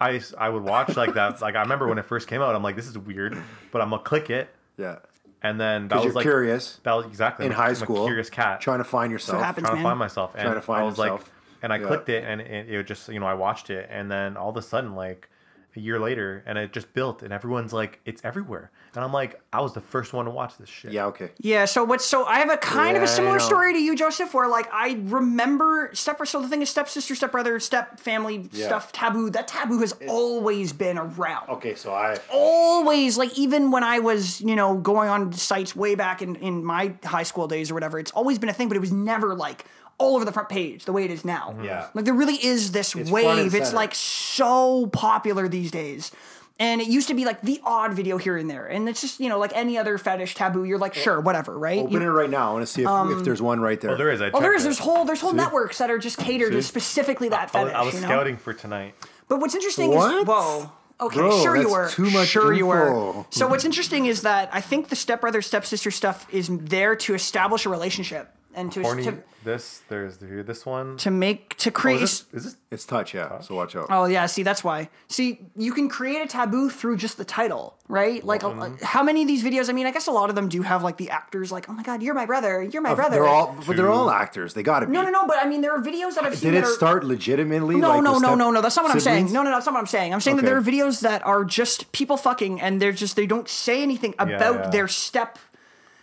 Speaker 3: I s- I would watch
Speaker 1: [laughs]
Speaker 3: like that. like I remember when it first came out, I'm like, this is weird, but I'm gonna click it,
Speaker 1: Yeah.
Speaker 3: and then that
Speaker 1: Because you're
Speaker 3: was like
Speaker 1: curious
Speaker 3: That was exactly
Speaker 1: in
Speaker 3: I'm a-
Speaker 1: high
Speaker 3: I'm a
Speaker 1: school.
Speaker 3: curious cat
Speaker 1: Trying to find yourself.
Speaker 4: happens.
Speaker 3: trying to
Speaker 4: man.
Speaker 3: find myself and
Speaker 1: Trying to find
Speaker 3: I was
Speaker 1: himself.
Speaker 3: like and I
Speaker 1: Yeah.
Speaker 3: clicked it and it, it was just you know I watched it and then all of a sudden like a year later and it just built and everyone's like it's everywhere and I'm like I was the first one to watch this shit
Speaker 1: Yeah, okay.
Speaker 4: Yeah, so what's so I have a kind of
Speaker 1: Yeah, I
Speaker 4: a similar
Speaker 1: know.
Speaker 4: story to you, Joseph, where like I remember step so the thing is stepsister, stepbrother, step family
Speaker 1: Yeah.
Speaker 4: stuff, taboo. That taboo has always been around.
Speaker 1: Okay, so I
Speaker 4: Oh, Always, like even when I was, you know, going on sites way back in, in my high school days or whatever, it's always been a thing, but it was never like all over the front page the way it is now.
Speaker 1: Mm-hmm. Yeah.
Speaker 4: Like there really is this
Speaker 1: front and
Speaker 4: wave. It's
Speaker 1: center.
Speaker 4: like so popular these days. And it used to be like the odd video here and there. And it's just, you know, like any other fetish taboo, you're like, sure, whatever, right?
Speaker 1: open
Speaker 4: You- um,
Speaker 1: it right now. I want to see if, if there's one right there.
Speaker 3: oh there is I
Speaker 4: Oh, there
Speaker 3: checked
Speaker 4: is.
Speaker 3: it.
Speaker 4: There's whole there's whole networks that are just catered to
Speaker 1: See?
Speaker 4: specifically that
Speaker 3: I was,
Speaker 4: fetish.
Speaker 3: I was
Speaker 4: you know?
Speaker 3: scouting for tonight
Speaker 4: But what's interesting is
Speaker 1: What?
Speaker 4: whoa. Okay,
Speaker 1: Bro,
Speaker 4: sure you
Speaker 1: that's
Speaker 4: were.
Speaker 1: too much
Speaker 4: sure you were.
Speaker 1: info.
Speaker 4: So what's interesting is that I think the stepbrother stepsister stuff is there to establish a relationship and to
Speaker 3: horny
Speaker 4: to,
Speaker 3: this there's here this one
Speaker 4: to make to
Speaker 3: Oh,
Speaker 4: create.
Speaker 3: is this, is this
Speaker 1: It's touch, yeah. So watch out.
Speaker 4: Oh yeah, see that's why. See, you can create a taboo through just the title, right? Like, a, how many of these videos? I mean, I guess a lot of them do have like the actors, like, "Oh my god, you're my brother, you're my brother."
Speaker 1: They're all, but they're all actors. They got to be.
Speaker 4: no, no, no. But I mean, there are videos that I've seen.
Speaker 1: Did it
Speaker 4: that are-
Speaker 1: start legitimately?
Speaker 4: No,
Speaker 1: like,
Speaker 4: no,
Speaker 1: with
Speaker 4: no,
Speaker 1: step-
Speaker 4: no, no. That's not what I'm
Speaker 1: siblings?
Speaker 4: saying. No, no, that's not what I'm saying. I'm saying that there are
Speaker 1: Okay.
Speaker 4: videos that are just people fucking, and they're just they don't say anything about
Speaker 3: yeah.
Speaker 4: their step.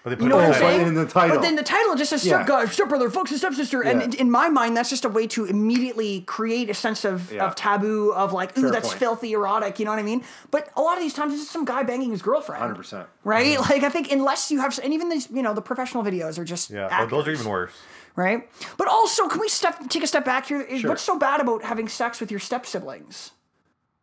Speaker 3: but they put
Speaker 4: You know
Speaker 3: it
Speaker 4: what
Speaker 1: Oh,
Speaker 4: I'm
Speaker 1: but
Speaker 3: in the
Speaker 1: in
Speaker 3: title.
Speaker 4: saying?
Speaker 1: the title.
Speaker 4: But then the title just says
Speaker 1: Yeah.
Speaker 4: step guy, step brother, folks, and stepsister. And
Speaker 1: Yeah.
Speaker 4: in- in my mind, that's just a way to immediately create a sense of,
Speaker 1: Yeah.
Speaker 4: of taboo of like, ooh,
Speaker 1: Fair
Speaker 4: that's
Speaker 1: point.
Speaker 4: filthy erotic. You know what I mean? But a lot of these times, it's just some guy banging his girlfriend.
Speaker 1: 100%.
Speaker 4: Right? Like I think unless you have, and even these, you know, the professional videos are just
Speaker 3: yeah oh,
Speaker 4: actors
Speaker 3: those are even worse
Speaker 4: right? But also, can we step take a step back here? Is-
Speaker 1: Sure.
Speaker 4: What's so bad about having sex with your step siblings?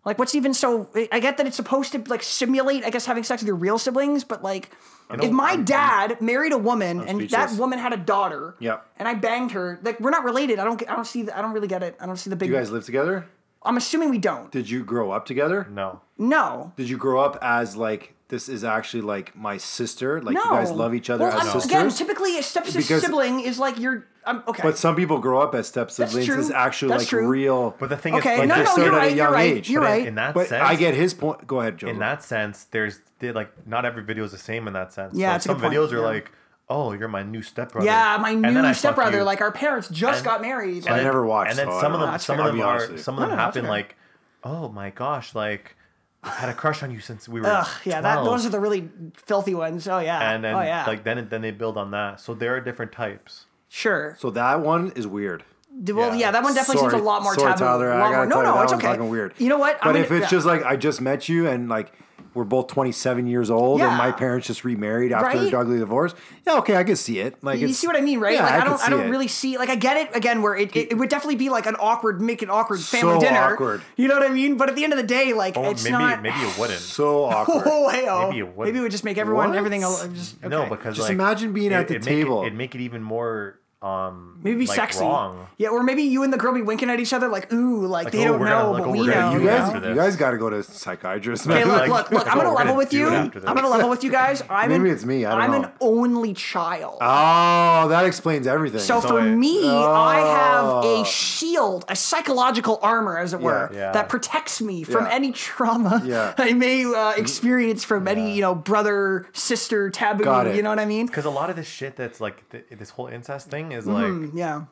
Speaker 4: Like, what's even so? I get that it's supposed to like simulate, I guess, having sex with your real siblings, but like, if my dad married a woman and that
Speaker 1: speechless.
Speaker 4: woman had a daughter,
Speaker 1: Yep.
Speaker 4: and I banged her, like we're not related. I don't, get- I don't see, the, I don't really get it. I don't see the big.
Speaker 1: You guys live together?
Speaker 4: I'm assuming we don't.
Speaker 1: Did you grow up together?
Speaker 3: no
Speaker 4: No.
Speaker 1: Did you grow up as like this is actually like my sister? Like you guys
Speaker 4: No.
Speaker 1: love each other
Speaker 4: Well,
Speaker 1: as
Speaker 4: I'm-
Speaker 1: sisters?
Speaker 4: Again, typically a step
Speaker 1: Because-
Speaker 4: sibling is like your. I'm okay.
Speaker 1: but some people grow up as step siblings.
Speaker 4: true.
Speaker 1: Is actually
Speaker 4: That's
Speaker 1: like
Speaker 4: true.
Speaker 1: real.
Speaker 3: but the thing
Speaker 4: okay,
Speaker 3: is like
Speaker 4: no,
Speaker 1: they
Speaker 4: no,
Speaker 3: this-
Speaker 1: started at
Speaker 4: you're
Speaker 1: a
Speaker 4: right.
Speaker 1: young
Speaker 4: You're right.
Speaker 1: age,
Speaker 4: You're
Speaker 1: but
Speaker 4: right.
Speaker 3: in that
Speaker 1: But
Speaker 3: sense
Speaker 1: I get his point. Go ahead, Joe.
Speaker 3: in that sense, there's they, like not every video is the same in that sense.
Speaker 4: Yeah,
Speaker 3: So
Speaker 4: it's a
Speaker 3: some
Speaker 4: good point.
Speaker 3: videos are
Speaker 4: Yeah.
Speaker 3: like, "Oh, you're my new stepbrother."
Speaker 4: Yeah, my
Speaker 3: And then I
Speaker 4: new
Speaker 3: fuck
Speaker 4: stepbrother.
Speaker 3: you.
Speaker 4: Like our parents just
Speaker 3: And-
Speaker 4: got married.
Speaker 1: I
Speaker 4: Like,
Speaker 1: never watched,
Speaker 3: And then
Speaker 1: so I
Speaker 3: some
Speaker 1: don't
Speaker 3: of
Speaker 1: know.
Speaker 3: them,
Speaker 4: That's
Speaker 3: some
Speaker 4: fair.
Speaker 3: of them
Speaker 1: I'll be honest
Speaker 3: are,
Speaker 1: with you.
Speaker 3: some of
Speaker 4: No,
Speaker 3: them
Speaker 4: no, that's
Speaker 3: happen
Speaker 4: fair.
Speaker 3: like, "Oh my gosh, like I had a crush on you since we were."
Speaker 4: Ugh, yeah, that
Speaker 3: 12."
Speaker 4: those are the really filthy ones. Oh yeah.
Speaker 3: And then
Speaker 4: oh yeah.
Speaker 3: like then then they build on that. So there are different types.
Speaker 4: sure.
Speaker 1: so that one is weird.
Speaker 4: D- well, yeah.
Speaker 3: yeah.
Speaker 4: that one definitely
Speaker 1: sorry,
Speaker 4: seems a lot more
Speaker 1: sorry,
Speaker 4: taboo.
Speaker 1: Tyler,
Speaker 4: a
Speaker 1: I
Speaker 4: lot
Speaker 1: gotta
Speaker 4: more-
Speaker 1: tell
Speaker 4: no,
Speaker 1: you,
Speaker 4: no,
Speaker 1: that
Speaker 4: it's
Speaker 1: one's
Speaker 4: okay.
Speaker 1: fucking weird.
Speaker 4: You know what? I'm
Speaker 1: But
Speaker 4: gonna-
Speaker 1: if it's
Speaker 4: yeah.
Speaker 1: just like I just met you and like we're both 27 years old and
Speaker 4: Yeah.
Speaker 1: my parents just remarried after
Speaker 4: Right?
Speaker 1: an ugly divorce. Yeah, okay, I can see it. Like
Speaker 4: You
Speaker 1: it's-
Speaker 4: see what I mean, right?
Speaker 1: Yeah,
Speaker 4: like I,
Speaker 1: can
Speaker 4: don't, I
Speaker 1: see
Speaker 4: don't
Speaker 1: it.
Speaker 4: really see. Like I get it again, where it, it, it would definitely be like an awkward, make an awkward family
Speaker 1: So
Speaker 4: dinner.
Speaker 1: awkward.
Speaker 4: You know what I mean? But at the end of the day, like
Speaker 3: Oh,
Speaker 4: it's
Speaker 3: maybe
Speaker 4: not.
Speaker 3: maybe
Speaker 4: [laughs]
Speaker 3: it wouldn't.
Speaker 1: so awkward.
Speaker 4: oh, hey-oh.
Speaker 3: Maybe it wouldn't.
Speaker 4: Maybe it would just make everyone
Speaker 1: What?
Speaker 4: everything. al- Just, okay.
Speaker 3: No, because
Speaker 1: Just
Speaker 3: like,
Speaker 1: imagine being at the
Speaker 3: it'd
Speaker 1: table.
Speaker 3: Make it, would make it even more um
Speaker 4: Maybe be
Speaker 3: like,
Speaker 4: sexy.
Speaker 3: wrong.
Speaker 4: Yeah, or maybe you and the girl be winking at each other like, ooh, like, they
Speaker 3: oh,
Speaker 4: don't
Speaker 3: we're gonna-
Speaker 4: know,
Speaker 3: like,
Speaker 4: but
Speaker 3: oh,
Speaker 4: we
Speaker 3: we're gonna
Speaker 4: know.
Speaker 1: you
Speaker 3: do
Speaker 4: you
Speaker 3: that.
Speaker 1: guys,
Speaker 4: know?
Speaker 3: after
Speaker 1: you
Speaker 3: this.
Speaker 1: guys got to go to a psychiatrist.
Speaker 4: Okay, look,
Speaker 3: Like, [laughs]
Speaker 4: look, look. I'm
Speaker 3: we're gonna
Speaker 4: gonna level with
Speaker 3: do
Speaker 4: you.
Speaker 3: it
Speaker 4: I'm
Speaker 3: after this.
Speaker 4: gonna level with you guys.
Speaker 3: [laughs]
Speaker 4: I'm
Speaker 1: Maybe
Speaker 4: an,
Speaker 1: it's me, I don't
Speaker 4: am
Speaker 1: know.
Speaker 4: an only child.
Speaker 1: [laughs] oh, that explains everything.
Speaker 4: so
Speaker 3: so
Speaker 4: for
Speaker 3: it-
Speaker 4: me, I have
Speaker 1: Oh.
Speaker 4: a shield, a psychological armor, as it were,
Speaker 1: Yeah.
Speaker 4: that protects me from
Speaker 1: Yeah.
Speaker 4: any trauma [laughs]
Speaker 1: Yeah. Mm.
Speaker 4: I may uh, experience from any, you know, brother, sister taboo.
Speaker 1: Got it.
Speaker 4: You know what I mean?
Speaker 3: Because a lot of this shit that's like th- this whole incest thing is like
Speaker 4: Mm, Yeah.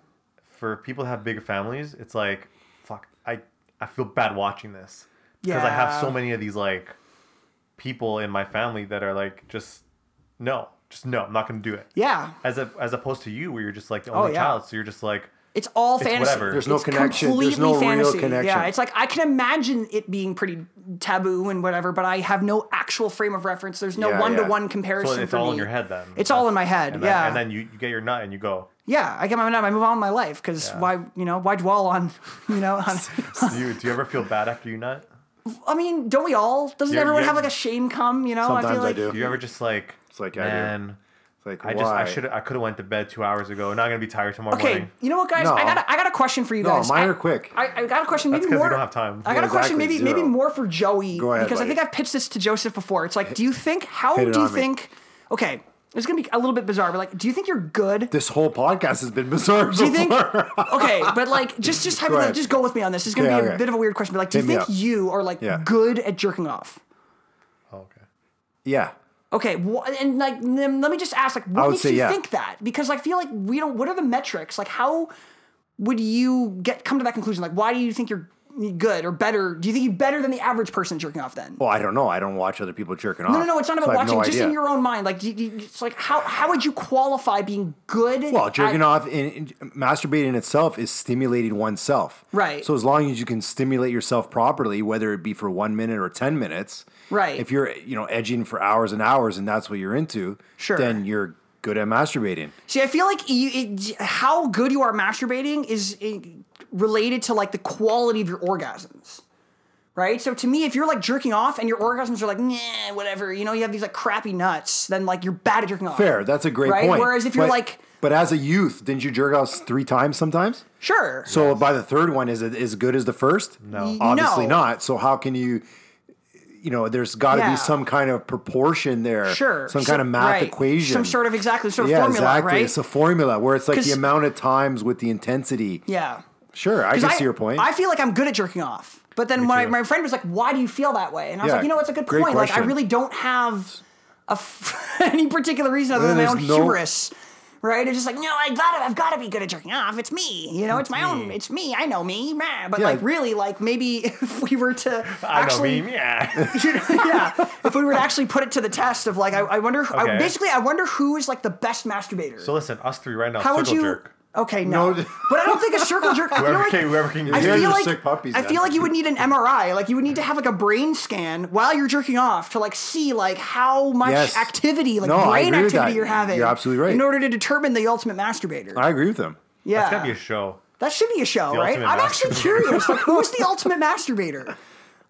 Speaker 3: for people that have bigger families, it's like fuck. I I feel bad watching this because I have
Speaker 4: Yeah.
Speaker 3: so many of these like people in my family that are like just no, just no, I'm not gonna do it.
Speaker 4: Yeah.
Speaker 3: As a, as opposed to you, where you're just like the only
Speaker 4: Oh, yeah.
Speaker 3: child, so you're just like
Speaker 4: It's all
Speaker 3: It's
Speaker 4: fantasy.
Speaker 3: whatever. There's
Speaker 1: no
Speaker 4: It's
Speaker 1: connection. There's
Speaker 4: completely
Speaker 1: no real
Speaker 4: fantasy.
Speaker 1: connection.
Speaker 4: Yeah, it's like I can imagine it being pretty taboo and whatever, but I have no actual frame of reference. There's no
Speaker 1: Yeah, yeah.
Speaker 4: one to one
Speaker 3: so
Speaker 4: comparison.
Speaker 3: it's
Speaker 4: for
Speaker 3: all
Speaker 4: me.
Speaker 3: in your head then.
Speaker 4: It's all in my head.
Speaker 3: And then,
Speaker 4: yeah.
Speaker 3: and then you, you get your nut and you
Speaker 4: [laughs]
Speaker 3: go.
Speaker 4: yeah, I get my nut. I move on with my life because why, you know, why dwell on, [laughs] you
Speaker 3: [laughs]
Speaker 4: know, on,
Speaker 3: Do you, do you ever feel bad after you nut?
Speaker 4: I mean, don't we all? Doesn't
Speaker 3: Yeah,
Speaker 4: everyone
Speaker 3: yeah.
Speaker 4: have like a shame come? You know, I
Speaker 1: Sometimes
Speaker 4: feel
Speaker 1: I
Speaker 4: like
Speaker 1: do.
Speaker 3: Do you ever just like it's
Speaker 1: like I do.
Speaker 3: man?
Speaker 1: It's like,
Speaker 3: I just I
Speaker 1: why?
Speaker 3: should I could have went to bed two hours ago. Now I'm gonna be tired tomorrow
Speaker 4: Okay,
Speaker 3: morning.
Speaker 4: you know what, guys?
Speaker 1: No.
Speaker 4: I got a, I got a question for you
Speaker 1: No,
Speaker 4: guys.
Speaker 1: mine
Speaker 4: I-
Speaker 1: are quick.
Speaker 4: I, I got a question.
Speaker 3: That's
Speaker 4: Maybe
Speaker 3: 'cause we
Speaker 4: more.
Speaker 3: don't have time.
Speaker 4: I got
Speaker 1: Yeah,
Speaker 4: a question.
Speaker 1: exactly,
Speaker 4: Maybe
Speaker 1: zero.
Speaker 4: maybe more for Joey
Speaker 1: Go ahead,
Speaker 4: because I
Speaker 1: buddy.
Speaker 4: think I've pitched this to Joseph before. It's like, do you think? How
Speaker 1: Hit it
Speaker 4: do you
Speaker 1: on me.
Speaker 4: think? Okay, it's gonna be a little bit bizarre, but like, do you think you're
Speaker 1: [laughs]
Speaker 4: good?
Speaker 1: This whole podcast has been [laughs] bizarre.
Speaker 4: do
Speaker 1: So
Speaker 4: you think?
Speaker 1: far. [laughs]
Speaker 4: okay, but like, just just
Speaker 1: ahead.
Speaker 4: hypothetically, just go with me on this. It's gonna
Speaker 1: Okay,
Speaker 4: be a
Speaker 1: okay.
Speaker 4: bit of a weird question, but like, do you
Speaker 1: Hit me
Speaker 4: think
Speaker 1: up.
Speaker 4: you are like
Speaker 1: Yeah.
Speaker 4: good at jerking off?
Speaker 3: Oh, okay.
Speaker 1: Yeah.
Speaker 4: Okay, wh- and like, then let me just ask, like,
Speaker 1: I
Speaker 4: what
Speaker 1: would
Speaker 4: makes
Speaker 1: say
Speaker 4: you
Speaker 1: yeah.
Speaker 4: think that? Because I feel like we don't. What are the metrics? Like, how would you get come to that conclusion? Like, why do you think you're good or better? Do you think you're better than the average person jerking off? Then
Speaker 1: Well, I don't know. I don't watch other people jerking off.
Speaker 4: no, no, no. It's not
Speaker 1: so
Speaker 4: about
Speaker 1: I have
Speaker 4: watching.
Speaker 1: no
Speaker 4: just
Speaker 1: idea.
Speaker 4: in your own mind. Like, do you, do you- it's like how how would you qualify being good?
Speaker 1: Well, jerking
Speaker 4: at,
Speaker 1: off in, in- masturbating itself is stimulating oneself.
Speaker 4: Right.
Speaker 1: So as long as you can stimulate yourself properly, whether it be for one minute or ten minutes,
Speaker 4: Right.
Speaker 1: If you're you know edging for hours and hours and that's what you're into,
Speaker 4: Sure.
Speaker 1: then you're good at masturbating.
Speaker 4: See, I feel like you, it, how good you are masturbating is eh, related to like the quality of your orgasms, right? So to me, if you're like jerking off and your orgasms are like, nah, whatever, you know, you have these like crappy nuts, then like you're bad at jerking off.
Speaker 1: Fair. That's a great
Speaker 4: Right?
Speaker 1: point.
Speaker 4: Whereas if you're
Speaker 1: But-
Speaker 4: like-
Speaker 1: but as a youth, didn't you jerk off three times sometimes?
Speaker 4: Sure.
Speaker 1: So by the third one, is it as good as the first?
Speaker 3: No.
Speaker 1: obviously
Speaker 4: No.
Speaker 1: not. So how can you? You know, there's got to
Speaker 4: Yeah.
Speaker 1: be some kind of proportion there.
Speaker 4: Sure.
Speaker 1: Some
Speaker 4: So-
Speaker 1: kind of math
Speaker 4: right.
Speaker 1: equation.
Speaker 4: Some sort of exactly sort of formula, right?
Speaker 1: It's a formula where it's like the
Speaker 4: 'Cause-
Speaker 1: amount of times with the intensity.
Speaker 4: yeah.
Speaker 1: Sure, I can
Speaker 4: 'Cause
Speaker 1: see your point.
Speaker 4: I feel like I'm good at jerking off. But then my,
Speaker 3: too.
Speaker 4: my friend was like, why do you feel that way? And I was
Speaker 1: Yeah,
Speaker 4: like, you know, it's a good
Speaker 1: great
Speaker 4: point. Like, I
Speaker 1: question.
Speaker 4: really don't have a f- [laughs] any particular reason other
Speaker 1: Then
Speaker 4: than my
Speaker 1: there's
Speaker 4: own
Speaker 1: no-
Speaker 4: hubris. Right? It's just like, no, I gotta, I've gotta be good at jerking off. It's me. You know, it's my own, it's me. I know me. Meh. But
Speaker 1: Mm. Yeah.
Speaker 4: like, really, like, maybe [laughs] if we were to
Speaker 3: I know
Speaker 4: actually. [laughs]
Speaker 1: [laughs]
Speaker 3: meme, yeah.
Speaker 4: You know, yeah. If we were to actually put it to the test of like, I, I wonder, I,
Speaker 3: Okay.
Speaker 4: basically, I wonder who is like the best masturbator.
Speaker 3: so listen, us three right now.
Speaker 4: How would
Speaker 3: circle
Speaker 4: you?
Speaker 3: jerk.
Speaker 4: Okay, no.
Speaker 1: No.
Speaker 4: but I don't think a circle jerk. I feel
Speaker 3: Whoever
Speaker 4: like,
Speaker 3: can, whoever can.
Speaker 4: I
Speaker 1: Yeah,
Speaker 4: feel
Speaker 1: you're
Speaker 4: like
Speaker 1: sick puppies,
Speaker 4: I
Speaker 1: then.
Speaker 4: feel like you would need an MRI. Like you would need to have like a brain scan while you're jerking off to like see like how much
Speaker 1: Yes.
Speaker 4: activity, like
Speaker 1: No, I
Speaker 4: brain
Speaker 1: agree with
Speaker 4: activity
Speaker 1: that.
Speaker 4: you're having.
Speaker 1: You're absolutely right.
Speaker 4: In order to determine the ultimate masturbator.
Speaker 1: I agree with them.
Speaker 4: yeah.
Speaker 3: That's gotta be a show.
Speaker 4: that should be a show,
Speaker 3: The
Speaker 4: right?
Speaker 3: ultimate
Speaker 4: I'm actually
Speaker 3: masturbator.
Speaker 1: [laughs]
Speaker 4: curious. Like who's the ultimate masturbator?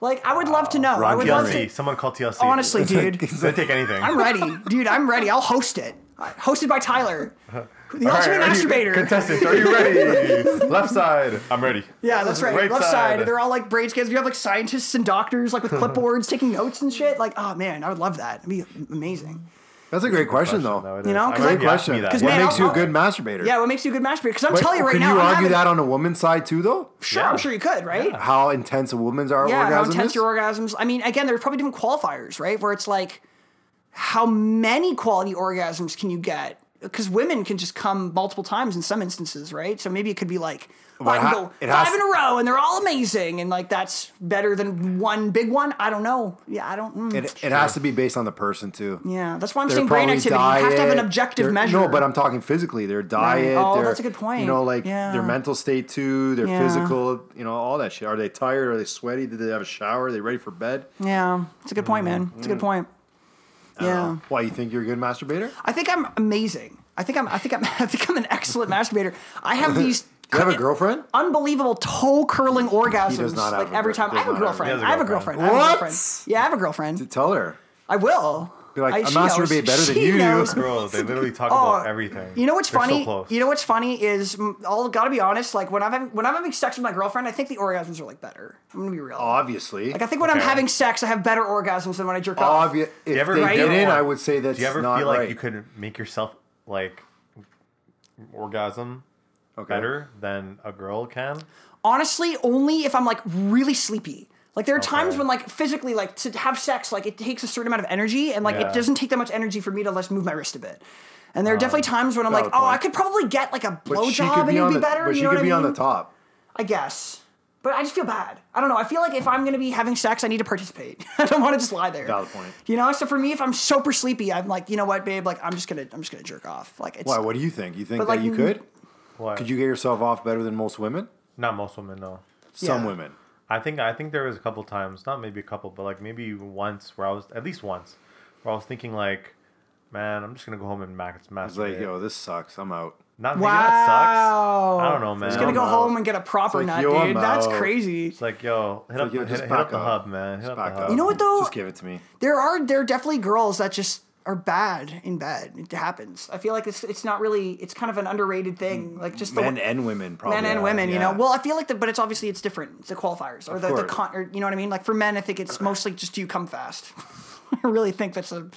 Speaker 4: Like I would love to know. I
Speaker 1: Ron
Speaker 4: would love
Speaker 3: TLC.
Speaker 4: to
Speaker 3: Someone call TLC.
Speaker 1: [laughs]
Speaker 4: Honestly, dude.
Speaker 3: they take anything.
Speaker 4: I'm ready. Dude, I'm ready. I'll host it. Hosted by Tyler. The
Speaker 3: Uh-huh. All
Speaker 4: ultimate
Speaker 3: are you-
Speaker 4: masturbator.
Speaker 3: contestants, are you [laughs] ready? Left side. I'm ready.
Speaker 4: Yeah, that's right.
Speaker 3: Right
Speaker 4: Left side.
Speaker 3: side.
Speaker 4: They're all like brain scans. You have like scientists and
Speaker 1: [laughs]
Speaker 4: doctors like with clipboards taking notes and shit. Like, oh man, I would love that. It'd be amazing.
Speaker 1: That's a great question, though.
Speaker 3: No, it
Speaker 4: You
Speaker 3: is.
Speaker 4: know,
Speaker 3: I'm
Speaker 4: 'cause
Speaker 3: glad
Speaker 4: I-
Speaker 1: great
Speaker 3: you asked
Speaker 1: question.
Speaker 3: me that.
Speaker 1: What
Speaker 4: Because, man,
Speaker 1: makes you a
Speaker 4: I'll-
Speaker 1: good masturbator?
Speaker 4: Yeah, what makes you a good masturbator? Because I'm
Speaker 1: But
Speaker 4: telling you right
Speaker 1: can
Speaker 4: now,
Speaker 1: you
Speaker 4: I'm
Speaker 1: argue
Speaker 4: having-
Speaker 1: that on a woman's side too, though?
Speaker 4: Sure,
Speaker 3: Yeah.
Speaker 4: I'm sure you could, right? Yeah,
Speaker 1: How intense a woman's are orgasm
Speaker 4: how intense
Speaker 1: is?
Speaker 4: your orgasms. I mean, again, there's probably different qualifiers, right? Where it's like, how many quality orgasms can you get? because women can just come multiple times in some instances, right? So maybe it could be like well,
Speaker 1: Well,
Speaker 4: I
Speaker 1: it
Speaker 4: can
Speaker 1: ha-
Speaker 4: go
Speaker 1: it
Speaker 4: five
Speaker 1: has-
Speaker 4: in a row and they're all amazing, and like that's better than one big one. I don't know. Yeah, I don't. mm.
Speaker 1: It, it has to be based on the person too.
Speaker 4: yeah, that's why I'm
Speaker 1: Their
Speaker 4: saying brain
Speaker 1: probably
Speaker 4: activity. you have to have an
Speaker 1: diet,
Speaker 4: objective
Speaker 1: their-
Speaker 4: measure.
Speaker 1: No, but I'm talking physically. Their diet.
Speaker 4: Oh,
Speaker 1: their,
Speaker 4: that's a good point.
Speaker 1: You know, like
Speaker 4: Yeah.
Speaker 1: their mental state too. Their
Speaker 4: Yeah.
Speaker 1: physical. You know, all that shit. Are they tired? Are they sweaty? Did they have a shower? Are they ready for bed?
Speaker 4: yeah, it's a good point, man. It's a good
Speaker 1: Mm-hmm.
Speaker 4: point. Yeah.
Speaker 1: Oh, Why you think you're a good masturbator?
Speaker 4: I think I'm amazing. I think I'm. I think I'm. [laughs] I think I'm an excellent masturbator. I have these.
Speaker 1: Do [laughs] you have a girlfriend?
Speaker 4: Unbelievable toe curling orgasms.
Speaker 1: not have
Speaker 4: like
Speaker 1: a
Speaker 4: every
Speaker 1: girl-
Speaker 4: time. I have a
Speaker 1: does not have a-
Speaker 4: girlfriend.
Speaker 3: He has a
Speaker 4: I have a
Speaker 3: girlfriend.
Speaker 4: girlfriend. I have a
Speaker 1: What?
Speaker 4: girlfriend. Yeah, I have a girlfriend.
Speaker 1: Tell her.
Speaker 4: I will.
Speaker 1: Be like, I
Speaker 4: she knows.
Speaker 1: masturbate better than
Speaker 4: She
Speaker 1: you do. [laughs]
Speaker 4: knows.
Speaker 3: Bro, they literally talk
Speaker 4: Oh,
Speaker 3: about everything.
Speaker 4: You know what's
Speaker 3: They're so
Speaker 4: funny?
Speaker 3: close.
Speaker 4: You know what's funny is mm, I'll gotta be honest. Like when I'm having, when I'm having sex with my girlfriend, I think the orgasms are like better. I'm gonna be real.
Speaker 1: Obviously.
Speaker 4: like I think when I'm
Speaker 3: okay.
Speaker 4: having sex, I have better orgasms than when I jerk
Speaker 1: Oh,
Speaker 4: off.
Speaker 1: Obvious. If
Speaker 3: Do you ever,
Speaker 1: they
Speaker 3: do you ever
Speaker 1: didn't,
Speaker 3: want-
Speaker 1: I would say that's
Speaker 3: Do you ever
Speaker 1: not
Speaker 3: feel
Speaker 1: right.
Speaker 3: like you could make yourself like orgasm
Speaker 1: okay.
Speaker 3: better than a girl can?
Speaker 4: honestly only if i'm like really sleepy like there are times when like physically like to have sex like it takes a certain amount of energy and like
Speaker 3: Yeah.
Speaker 4: it doesn't take that much energy for me to just move my wrist a bit and there are definitely times when i'm like
Speaker 1: valid
Speaker 4: oh i
Speaker 1: point.
Speaker 4: could probably get like a
Speaker 1: Um, But she
Speaker 4: blowjob
Speaker 1: could
Speaker 4: and
Speaker 1: be
Speaker 4: it'd
Speaker 1: on
Speaker 4: be
Speaker 1: the.
Speaker 4: better
Speaker 1: But
Speaker 4: you
Speaker 1: she
Speaker 4: know
Speaker 1: could
Speaker 4: what
Speaker 1: be
Speaker 4: i
Speaker 1: on
Speaker 4: mean
Speaker 1: the top.
Speaker 4: i guess but i just feel bad i don't know i feel like if i'm gonna be having sex i need to participate [laughs] i don't want to just lie there
Speaker 1: Valid point.
Speaker 4: you know so for me if i'm super sleepy i'm like you know what babe like i'm just gonna i'm just gonna jerk off like it's
Speaker 1: Why? What do you think? You think that
Speaker 4: But, like,
Speaker 1: you could?
Speaker 3: What?
Speaker 1: Could you get yourself off better than most women?
Speaker 3: Not most women, no.
Speaker 1: Some
Speaker 4: Yeah.
Speaker 1: women.
Speaker 3: I think I think there was a couple times, not maybe a couple, but like maybe once where I was at least once where I was thinking like, man, I'm just gonna go home and max
Speaker 1: It's
Speaker 3: masturbate.
Speaker 1: like, yo, this sucks. I'm out.
Speaker 3: not maybe that
Speaker 4: Wow.
Speaker 3: sucks. I don't know, man.
Speaker 4: He's gonna go
Speaker 1: I'm out.
Speaker 4: home and get a proper
Speaker 1: It's like,
Speaker 4: nut,
Speaker 1: yo, I'm
Speaker 4: dude. That's
Speaker 1: out.
Speaker 4: crazy.
Speaker 3: It's like, yo, hit up,
Speaker 1: yo,
Speaker 3: hit,
Speaker 1: just
Speaker 3: hit
Speaker 1: back
Speaker 3: up the
Speaker 1: up.
Speaker 3: hub, man. Hit up the
Speaker 1: Back
Speaker 3: hub.
Speaker 1: up.
Speaker 4: You know what, though?
Speaker 1: Just give it to me.
Speaker 4: There are there are definitely girls that just are bad in bed. It happens. I feel like it's it's not really it's kind of an underrated thing. Like just the
Speaker 1: Men and women, probably.
Speaker 4: men and women, you
Speaker 1: yeah.
Speaker 4: know. Well, I feel like the but it's obviously it's different. It's the qualifiers or the, the
Speaker 1: course.
Speaker 4: con or, you know what I mean? Like for men, I think it's mostly just do you come fast. [laughs] I really think that's a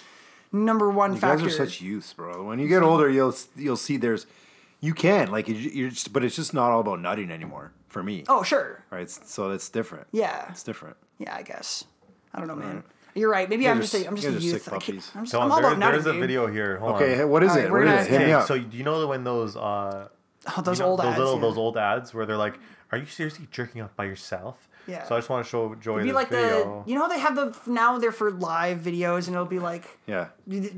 Speaker 4: number one
Speaker 1: you guys
Speaker 4: factor.
Speaker 1: are such youths, bro. When you get older, you'll you'll see there's you can like you- you're just, but it's just not all about nutting anymore for me.
Speaker 4: oh sure.
Speaker 1: right. So that's different.
Speaker 4: Yeah.
Speaker 1: it's different.
Speaker 4: Yeah, I guess. I don't know, man. You're right. Maybe I'm
Speaker 1: are
Speaker 4: just a, I'm
Speaker 1: s-
Speaker 4: just a
Speaker 1: you guys are
Speaker 4: youth.
Speaker 1: sick
Speaker 4: I can't-
Speaker 1: puppies.
Speaker 4: I'm, just,
Speaker 3: Don't-
Speaker 4: I'm all
Speaker 3: there-
Speaker 4: about nutting.
Speaker 3: There's a
Speaker 4: dude.
Speaker 3: video here. Hold
Speaker 1: Okay,
Speaker 3: on.
Speaker 1: hey, what is
Speaker 4: All right,
Speaker 1: it?
Speaker 4: we're
Speaker 1: What
Speaker 4: gonna-
Speaker 1: is it? Hit me
Speaker 3: Okay,
Speaker 1: up.
Speaker 3: so you know when those uh
Speaker 4: Oh, those
Speaker 3: you know,
Speaker 4: old
Speaker 3: those
Speaker 4: ads.
Speaker 3: little
Speaker 4: yeah.
Speaker 3: those old ads where they're like, "Are you seriously jerking off by yourself?"
Speaker 4: Yeah.
Speaker 3: So I just want to show Joy
Speaker 4: It'd
Speaker 3: this
Speaker 4: be like
Speaker 3: video.
Speaker 4: the you know how they have the now they're for live videos and it'll be like
Speaker 1: yeah,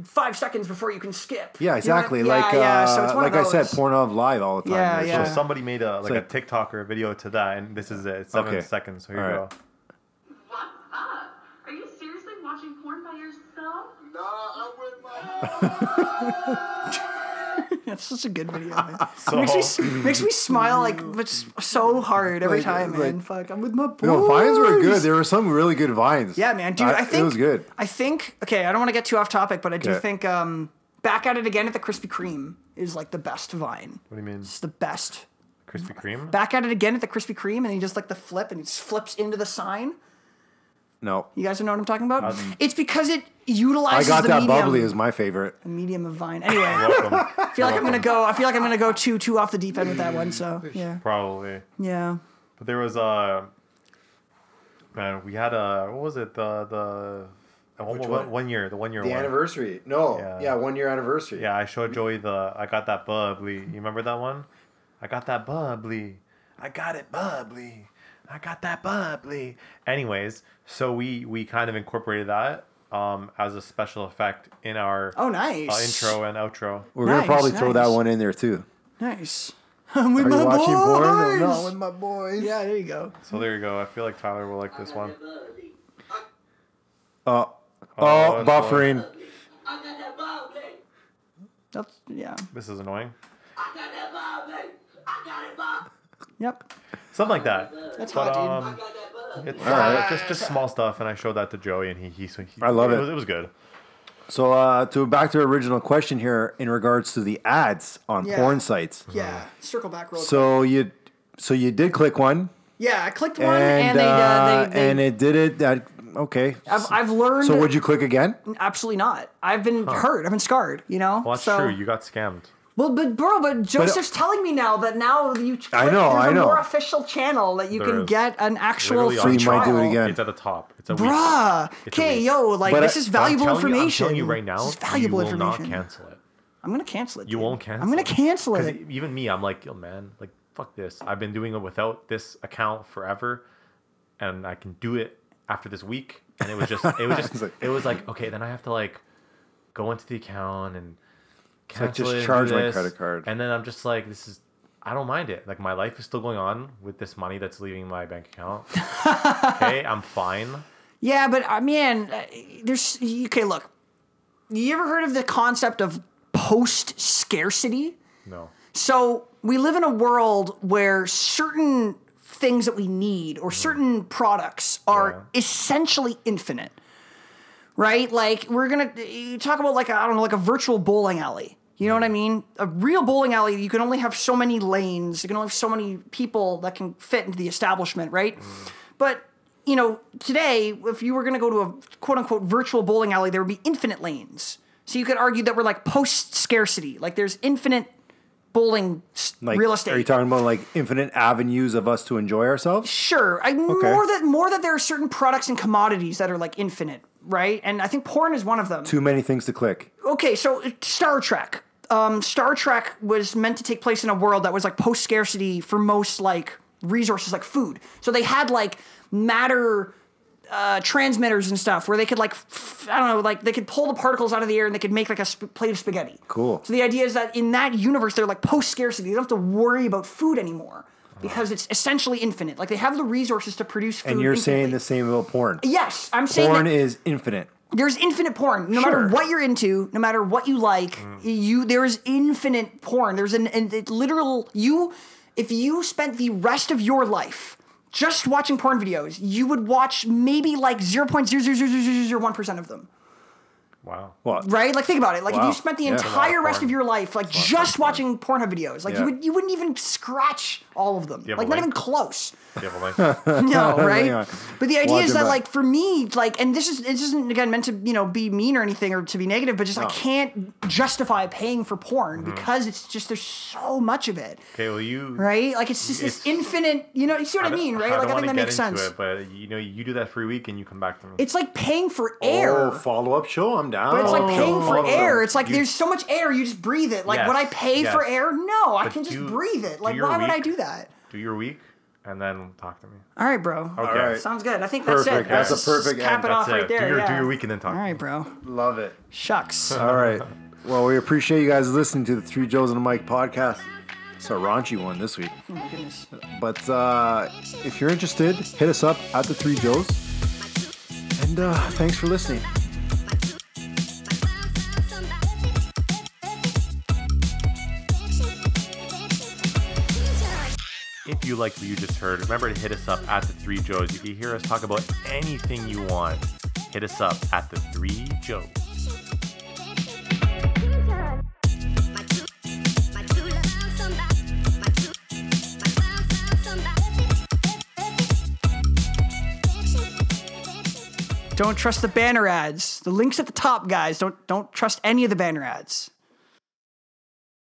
Speaker 4: five seconds before you can skip. You know
Speaker 1: yeah,
Speaker 4: what-
Speaker 1: exactly. like
Speaker 4: yeah, yeah.
Speaker 1: uh,
Speaker 4: So it's one
Speaker 1: like
Speaker 4: of
Speaker 1: I said,
Speaker 4: those.
Speaker 1: Pornhub live all the time.
Speaker 4: Yeah,
Speaker 1: It's
Speaker 4: yeah.
Speaker 3: so
Speaker 1: just-
Speaker 3: somebody made a like,
Speaker 1: like-
Speaker 3: a TikTok or a video to that, and this is it. It's seven
Speaker 1: Okay.
Speaker 3: seconds. So here
Speaker 1: All
Speaker 3: you
Speaker 1: right.
Speaker 3: go.
Speaker 5: What up? Are you seriously watching porn by yourself?
Speaker 6: Nah, I'm with my.
Speaker 4: That's such a good
Speaker 1: [laughs]
Speaker 4: video. Man.
Speaker 3: So-
Speaker 4: makes, me, s- makes me smile [laughs] like but s- so hard every
Speaker 1: Like-
Speaker 4: time,
Speaker 1: like-
Speaker 4: man. Fuck, I'm with my boys.
Speaker 1: No, vines were good. There were some really good vines.
Speaker 4: yeah, man, dude. I, think
Speaker 1: it was good.
Speaker 4: I think okay. I don't want to get too off topic, but I do
Speaker 1: Okay.
Speaker 4: think um, back at it again at the Krispy Kreme is like the best vine.
Speaker 3: What do you mean,
Speaker 4: It's the best.
Speaker 3: Krispy
Speaker 4: [laughs]
Speaker 3: Kreme?
Speaker 4: Back at it again at the Krispy Kreme, and he does like the flip, and he just flips into the sign.
Speaker 1: No,
Speaker 4: You guys know what I'm talking about? it's because it utilizes
Speaker 1: I got
Speaker 4: the
Speaker 1: that
Speaker 4: medium,
Speaker 1: bubbly is my favorite.
Speaker 4: the medium of Vine.
Speaker 1: [laughs]
Speaker 4: Anyway, I
Speaker 3: Welcome.
Speaker 4: feel like I'm gonna go. I feel like I'm gonna go too too off the deep end with that one. So yeah,
Speaker 3: Probably.
Speaker 4: yeah.
Speaker 3: But there was uh, man, we had a what was it the the uh, one,
Speaker 1: Which
Speaker 3: one?
Speaker 1: one?
Speaker 3: one year the one year one.
Speaker 1: anniversary. No,
Speaker 3: Yeah.
Speaker 1: one year anniversary.
Speaker 3: Yeah, I showed Joey the I got that bubbly. You remember that one? I got that bubbly. I got it bubbly. I got that bubbly. Anyways, so we we kind of incorporated that um as a special effect in our
Speaker 4: Oh,
Speaker 3: uh,
Speaker 4: nice.
Speaker 3: intro and outro.
Speaker 1: We're
Speaker 4: Nice,
Speaker 1: gonna probably throw that
Speaker 4: nice.
Speaker 1: one in there too.
Speaker 4: Nice. [laughs] I'm with
Speaker 1: Are
Speaker 4: my
Speaker 1: you watching
Speaker 4: boys.
Speaker 1: porn? Oh, no, with my boys.
Speaker 4: Yeah, there you go.
Speaker 3: So there you go. I feel like Tyler will like this one.
Speaker 1: Oh,
Speaker 3: Oh,
Speaker 1: oh,
Speaker 3: that's the
Speaker 1: buffering.
Speaker 6: I got that ball game.
Speaker 4: That's yeah.
Speaker 3: This is annoying.
Speaker 6: I got that ball game. I got it ball.
Speaker 4: Yep.
Speaker 3: Something like that.
Speaker 4: That's
Speaker 3: But
Speaker 4: hot, dude.
Speaker 6: I
Speaker 3: um
Speaker 6: got that ball.
Speaker 3: it's
Speaker 1: right.
Speaker 3: just just small stuff and I showed that to Joey and he he, so he
Speaker 1: I love it.
Speaker 3: was, it was good.
Speaker 1: So uh, to back to our original question here in regards to the ads on
Speaker 4: Yeah.
Speaker 1: porn sites.
Speaker 4: yeah. Circle back real quick.
Speaker 1: So you, so you did click one,
Speaker 4: Yeah, I clicked one
Speaker 1: and
Speaker 4: and, they, uh,
Speaker 1: uh,
Speaker 4: they, they
Speaker 1: and it did it. That okay.
Speaker 4: I've, I've learned
Speaker 1: so would you click again?
Speaker 4: absolutely not. I've been hurt. I've been scarred, you know?
Speaker 3: Well, that's
Speaker 4: so,
Speaker 3: true. You got scammed.
Speaker 4: Well, but bro, but Joseph's telling me now that now you
Speaker 1: uh, I know,
Speaker 4: there's
Speaker 1: I
Speaker 4: a
Speaker 1: know.
Speaker 4: more official channel that you
Speaker 3: There
Speaker 4: can
Speaker 3: is.
Speaker 4: get an actual
Speaker 3: Literally on
Speaker 4: free
Speaker 1: So you might
Speaker 4: trial.
Speaker 1: do it again.
Speaker 3: It's at the top. It's a week.
Speaker 4: Bruh.
Speaker 3: It's a
Speaker 4: Okay,
Speaker 3: week.
Speaker 4: yo, like
Speaker 1: But
Speaker 4: this
Speaker 1: I-
Speaker 4: is
Speaker 1: I'm
Speaker 4: valuable
Speaker 3: I'm telling you-
Speaker 4: information.
Speaker 3: I'm telling you right now,
Speaker 4: this is valuable
Speaker 3: you will
Speaker 4: information.
Speaker 3: not cancel it.
Speaker 4: I'm gonna cancel it.
Speaker 3: You
Speaker 4: dude.
Speaker 3: won't cancel.
Speaker 4: I'm gonna cancel
Speaker 3: 'Cause
Speaker 4: it.
Speaker 3: e- Even me, I'm like, yo, man, like, fuck this. I've been doing it without this account forever, and I can do it after this week. And it was just,
Speaker 1: [laughs]
Speaker 3: it was
Speaker 1: It's
Speaker 3: just,
Speaker 1: like-
Speaker 3: it was like, okay, then I have to like go into the account and
Speaker 1: like,
Speaker 3: cancel
Speaker 1: just
Speaker 3: it and
Speaker 1: charge
Speaker 3: do
Speaker 1: my
Speaker 3: this.
Speaker 1: credit card.
Speaker 3: And then I'm just like, this is, I don't mind it. Like my life is still going on with this money that's leaving my bank
Speaker 1: [laughs]
Speaker 3: account. okay, I'm fine.
Speaker 4: Yeah, but I mean, uh, there's okay. Look, you ever heard of the concept of post scarcity?
Speaker 3: No.
Speaker 4: So we live in a world where certain things that we need or certain products are essentially infinite, right? Like we're gonna you talk about like I I don't know, like a virtual bowling alley. You know what I mean? A real bowling alley, you can only have so many lanes. You can only have so many people that can fit into the establishment, right? But you know, today, if you were going to go to a quote unquote virtual bowling alley, there would be infinite lanes. So you could argue that we're like post scarcity. Like there's infinite bowling s-
Speaker 1: Like,
Speaker 4: real estate.
Speaker 1: Are you talking about like infinite avenues of us to enjoy ourselves?
Speaker 4: sure, I, more that more that there are certain products and commodities that are like infinite, right? And I think porn is one of them.
Speaker 1: Too many things to click.
Speaker 4: okay, so uh, Star Trek. Um, Star Trek was meant to take place in a world that was like post scarcity for most like resources, like food. So they had like matter uh, transmitters and stuff where they could like f- I don't know, like they could pull the particles out of the air and they could make like a sp- plate of spaghetti.
Speaker 1: Cool.
Speaker 4: So the idea is that in that universe, they're like post scarcity. They don't have to worry about food anymore because it's essentially infinite. Like they have the resources to produce food.
Speaker 1: And you're saying
Speaker 4: infinitely.
Speaker 1: the same about porn.
Speaker 4: Yes, I'm saying
Speaker 1: Porn
Speaker 4: that-
Speaker 1: is infinite.
Speaker 4: there's infinite porn. No
Speaker 1: Sure. Mm.
Speaker 4: matter what you're into, no matter what you like, you there is infinite porn. There's an, an it literal you. If you spent the rest of your life just watching porn videos, you would watch maybe like 0.0000001 percent of them.
Speaker 3: Wow.
Speaker 1: What?
Speaker 4: Right? Like think about it. Like if
Speaker 1: Wow.
Speaker 4: you spent the
Speaker 1: Yeah. That's a lot of
Speaker 4: entire rest
Speaker 3: porn.
Speaker 4: of your life like just watching Pornhub videos, like
Speaker 1: Yeah.
Speaker 4: you would you wouldn't even scratch all of them.
Speaker 3: you have
Speaker 4: Like
Speaker 3: a
Speaker 4: not
Speaker 3: link?
Speaker 4: even close.
Speaker 3: Do you have a link?
Speaker 1: [laughs]
Speaker 3: [laughs]
Speaker 4: [laughs] No,
Speaker 1: Hang on.
Speaker 4: right? But the idea
Speaker 1: Watch
Speaker 4: is
Speaker 1: him
Speaker 4: that,
Speaker 1: out.
Speaker 4: like, for me, like, and this is this isn't again meant to you know be mean or anything or to be negative, but just I can't justify paying for porn
Speaker 3: Mm-hmm.
Speaker 4: because it's just there's so much of it,
Speaker 3: okay, well you
Speaker 4: right? Like, it's just this
Speaker 3: It's-
Speaker 4: infinite. You know, you see what I,
Speaker 3: don't-
Speaker 4: mean, right?
Speaker 3: don't
Speaker 4: like, I think
Speaker 3: wanna
Speaker 4: that
Speaker 3: get
Speaker 4: makes
Speaker 3: into
Speaker 4: sense.
Speaker 3: It, but you know, you do that free week and you come back to me.
Speaker 4: It's like paying for air.
Speaker 1: Oh, follow up show. I'm down.
Speaker 4: but it's like
Speaker 1: Show,
Speaker 4: paying for
Speaker 1: follow-up show.
Speaker 4: air. It's like
Speaker 3: Oh, You-
Speaker 4: there's so much air, you just breathe it. Like, would I
Speaker 3: Yes,
Speaker 4: pay
Speaker 3: yes.
Speaker 4: for air? No, I
Speaker 3: But
Speaker 4: can just
Speaker 3: do-
Speaker 4: breathe it.
Speaker 3: do
Speaker 4: Like,
Speaker 3: your
Speaker 4: why would I
Speaker 3: week.
Speaker 4: do that?
Speaker 3: do your week and then talk to me.
Speaker 4: All right, bro.
Speaker 3: Okay.
Speaker 1: All right.
Speaker 4: Sounds good. I think that's
Speaker 1: Perfect.
Speaker 4: it.
Speaker 1: That's a
Speaker 4: Let's
Speaker 1: perfect
Speaker 4: cap
Speaker 1: end.
Speaker 4: it
Speaker 3: That's
Speaker 4: off right
Speaker 3: it.
Speaker 4: there.
Speaker 3: do your do
Speaker 4: yeah.
Speaker 3: your week and then talk.
Speaker 4: All right, bro.
Speaker 1: Love it.
Speaker 4: Shucks.
Speaker 1: All right. Well, we appreciate you guys listening to the Three Joes and a Mike podcast. It's a raunchy one this week. But uh, if you're interested, hit us up at the Three Joes. And uh, thanks for listening.
Speaker 3: If you like what you just heard, remember to hit us up at the Three Joes. You can hear us talk about anything you want. Hit us up at the Three Joes.
Speaker 4: Don't trust the banner ads. The links at the top, guys. Don't don't trust any of the banner ads.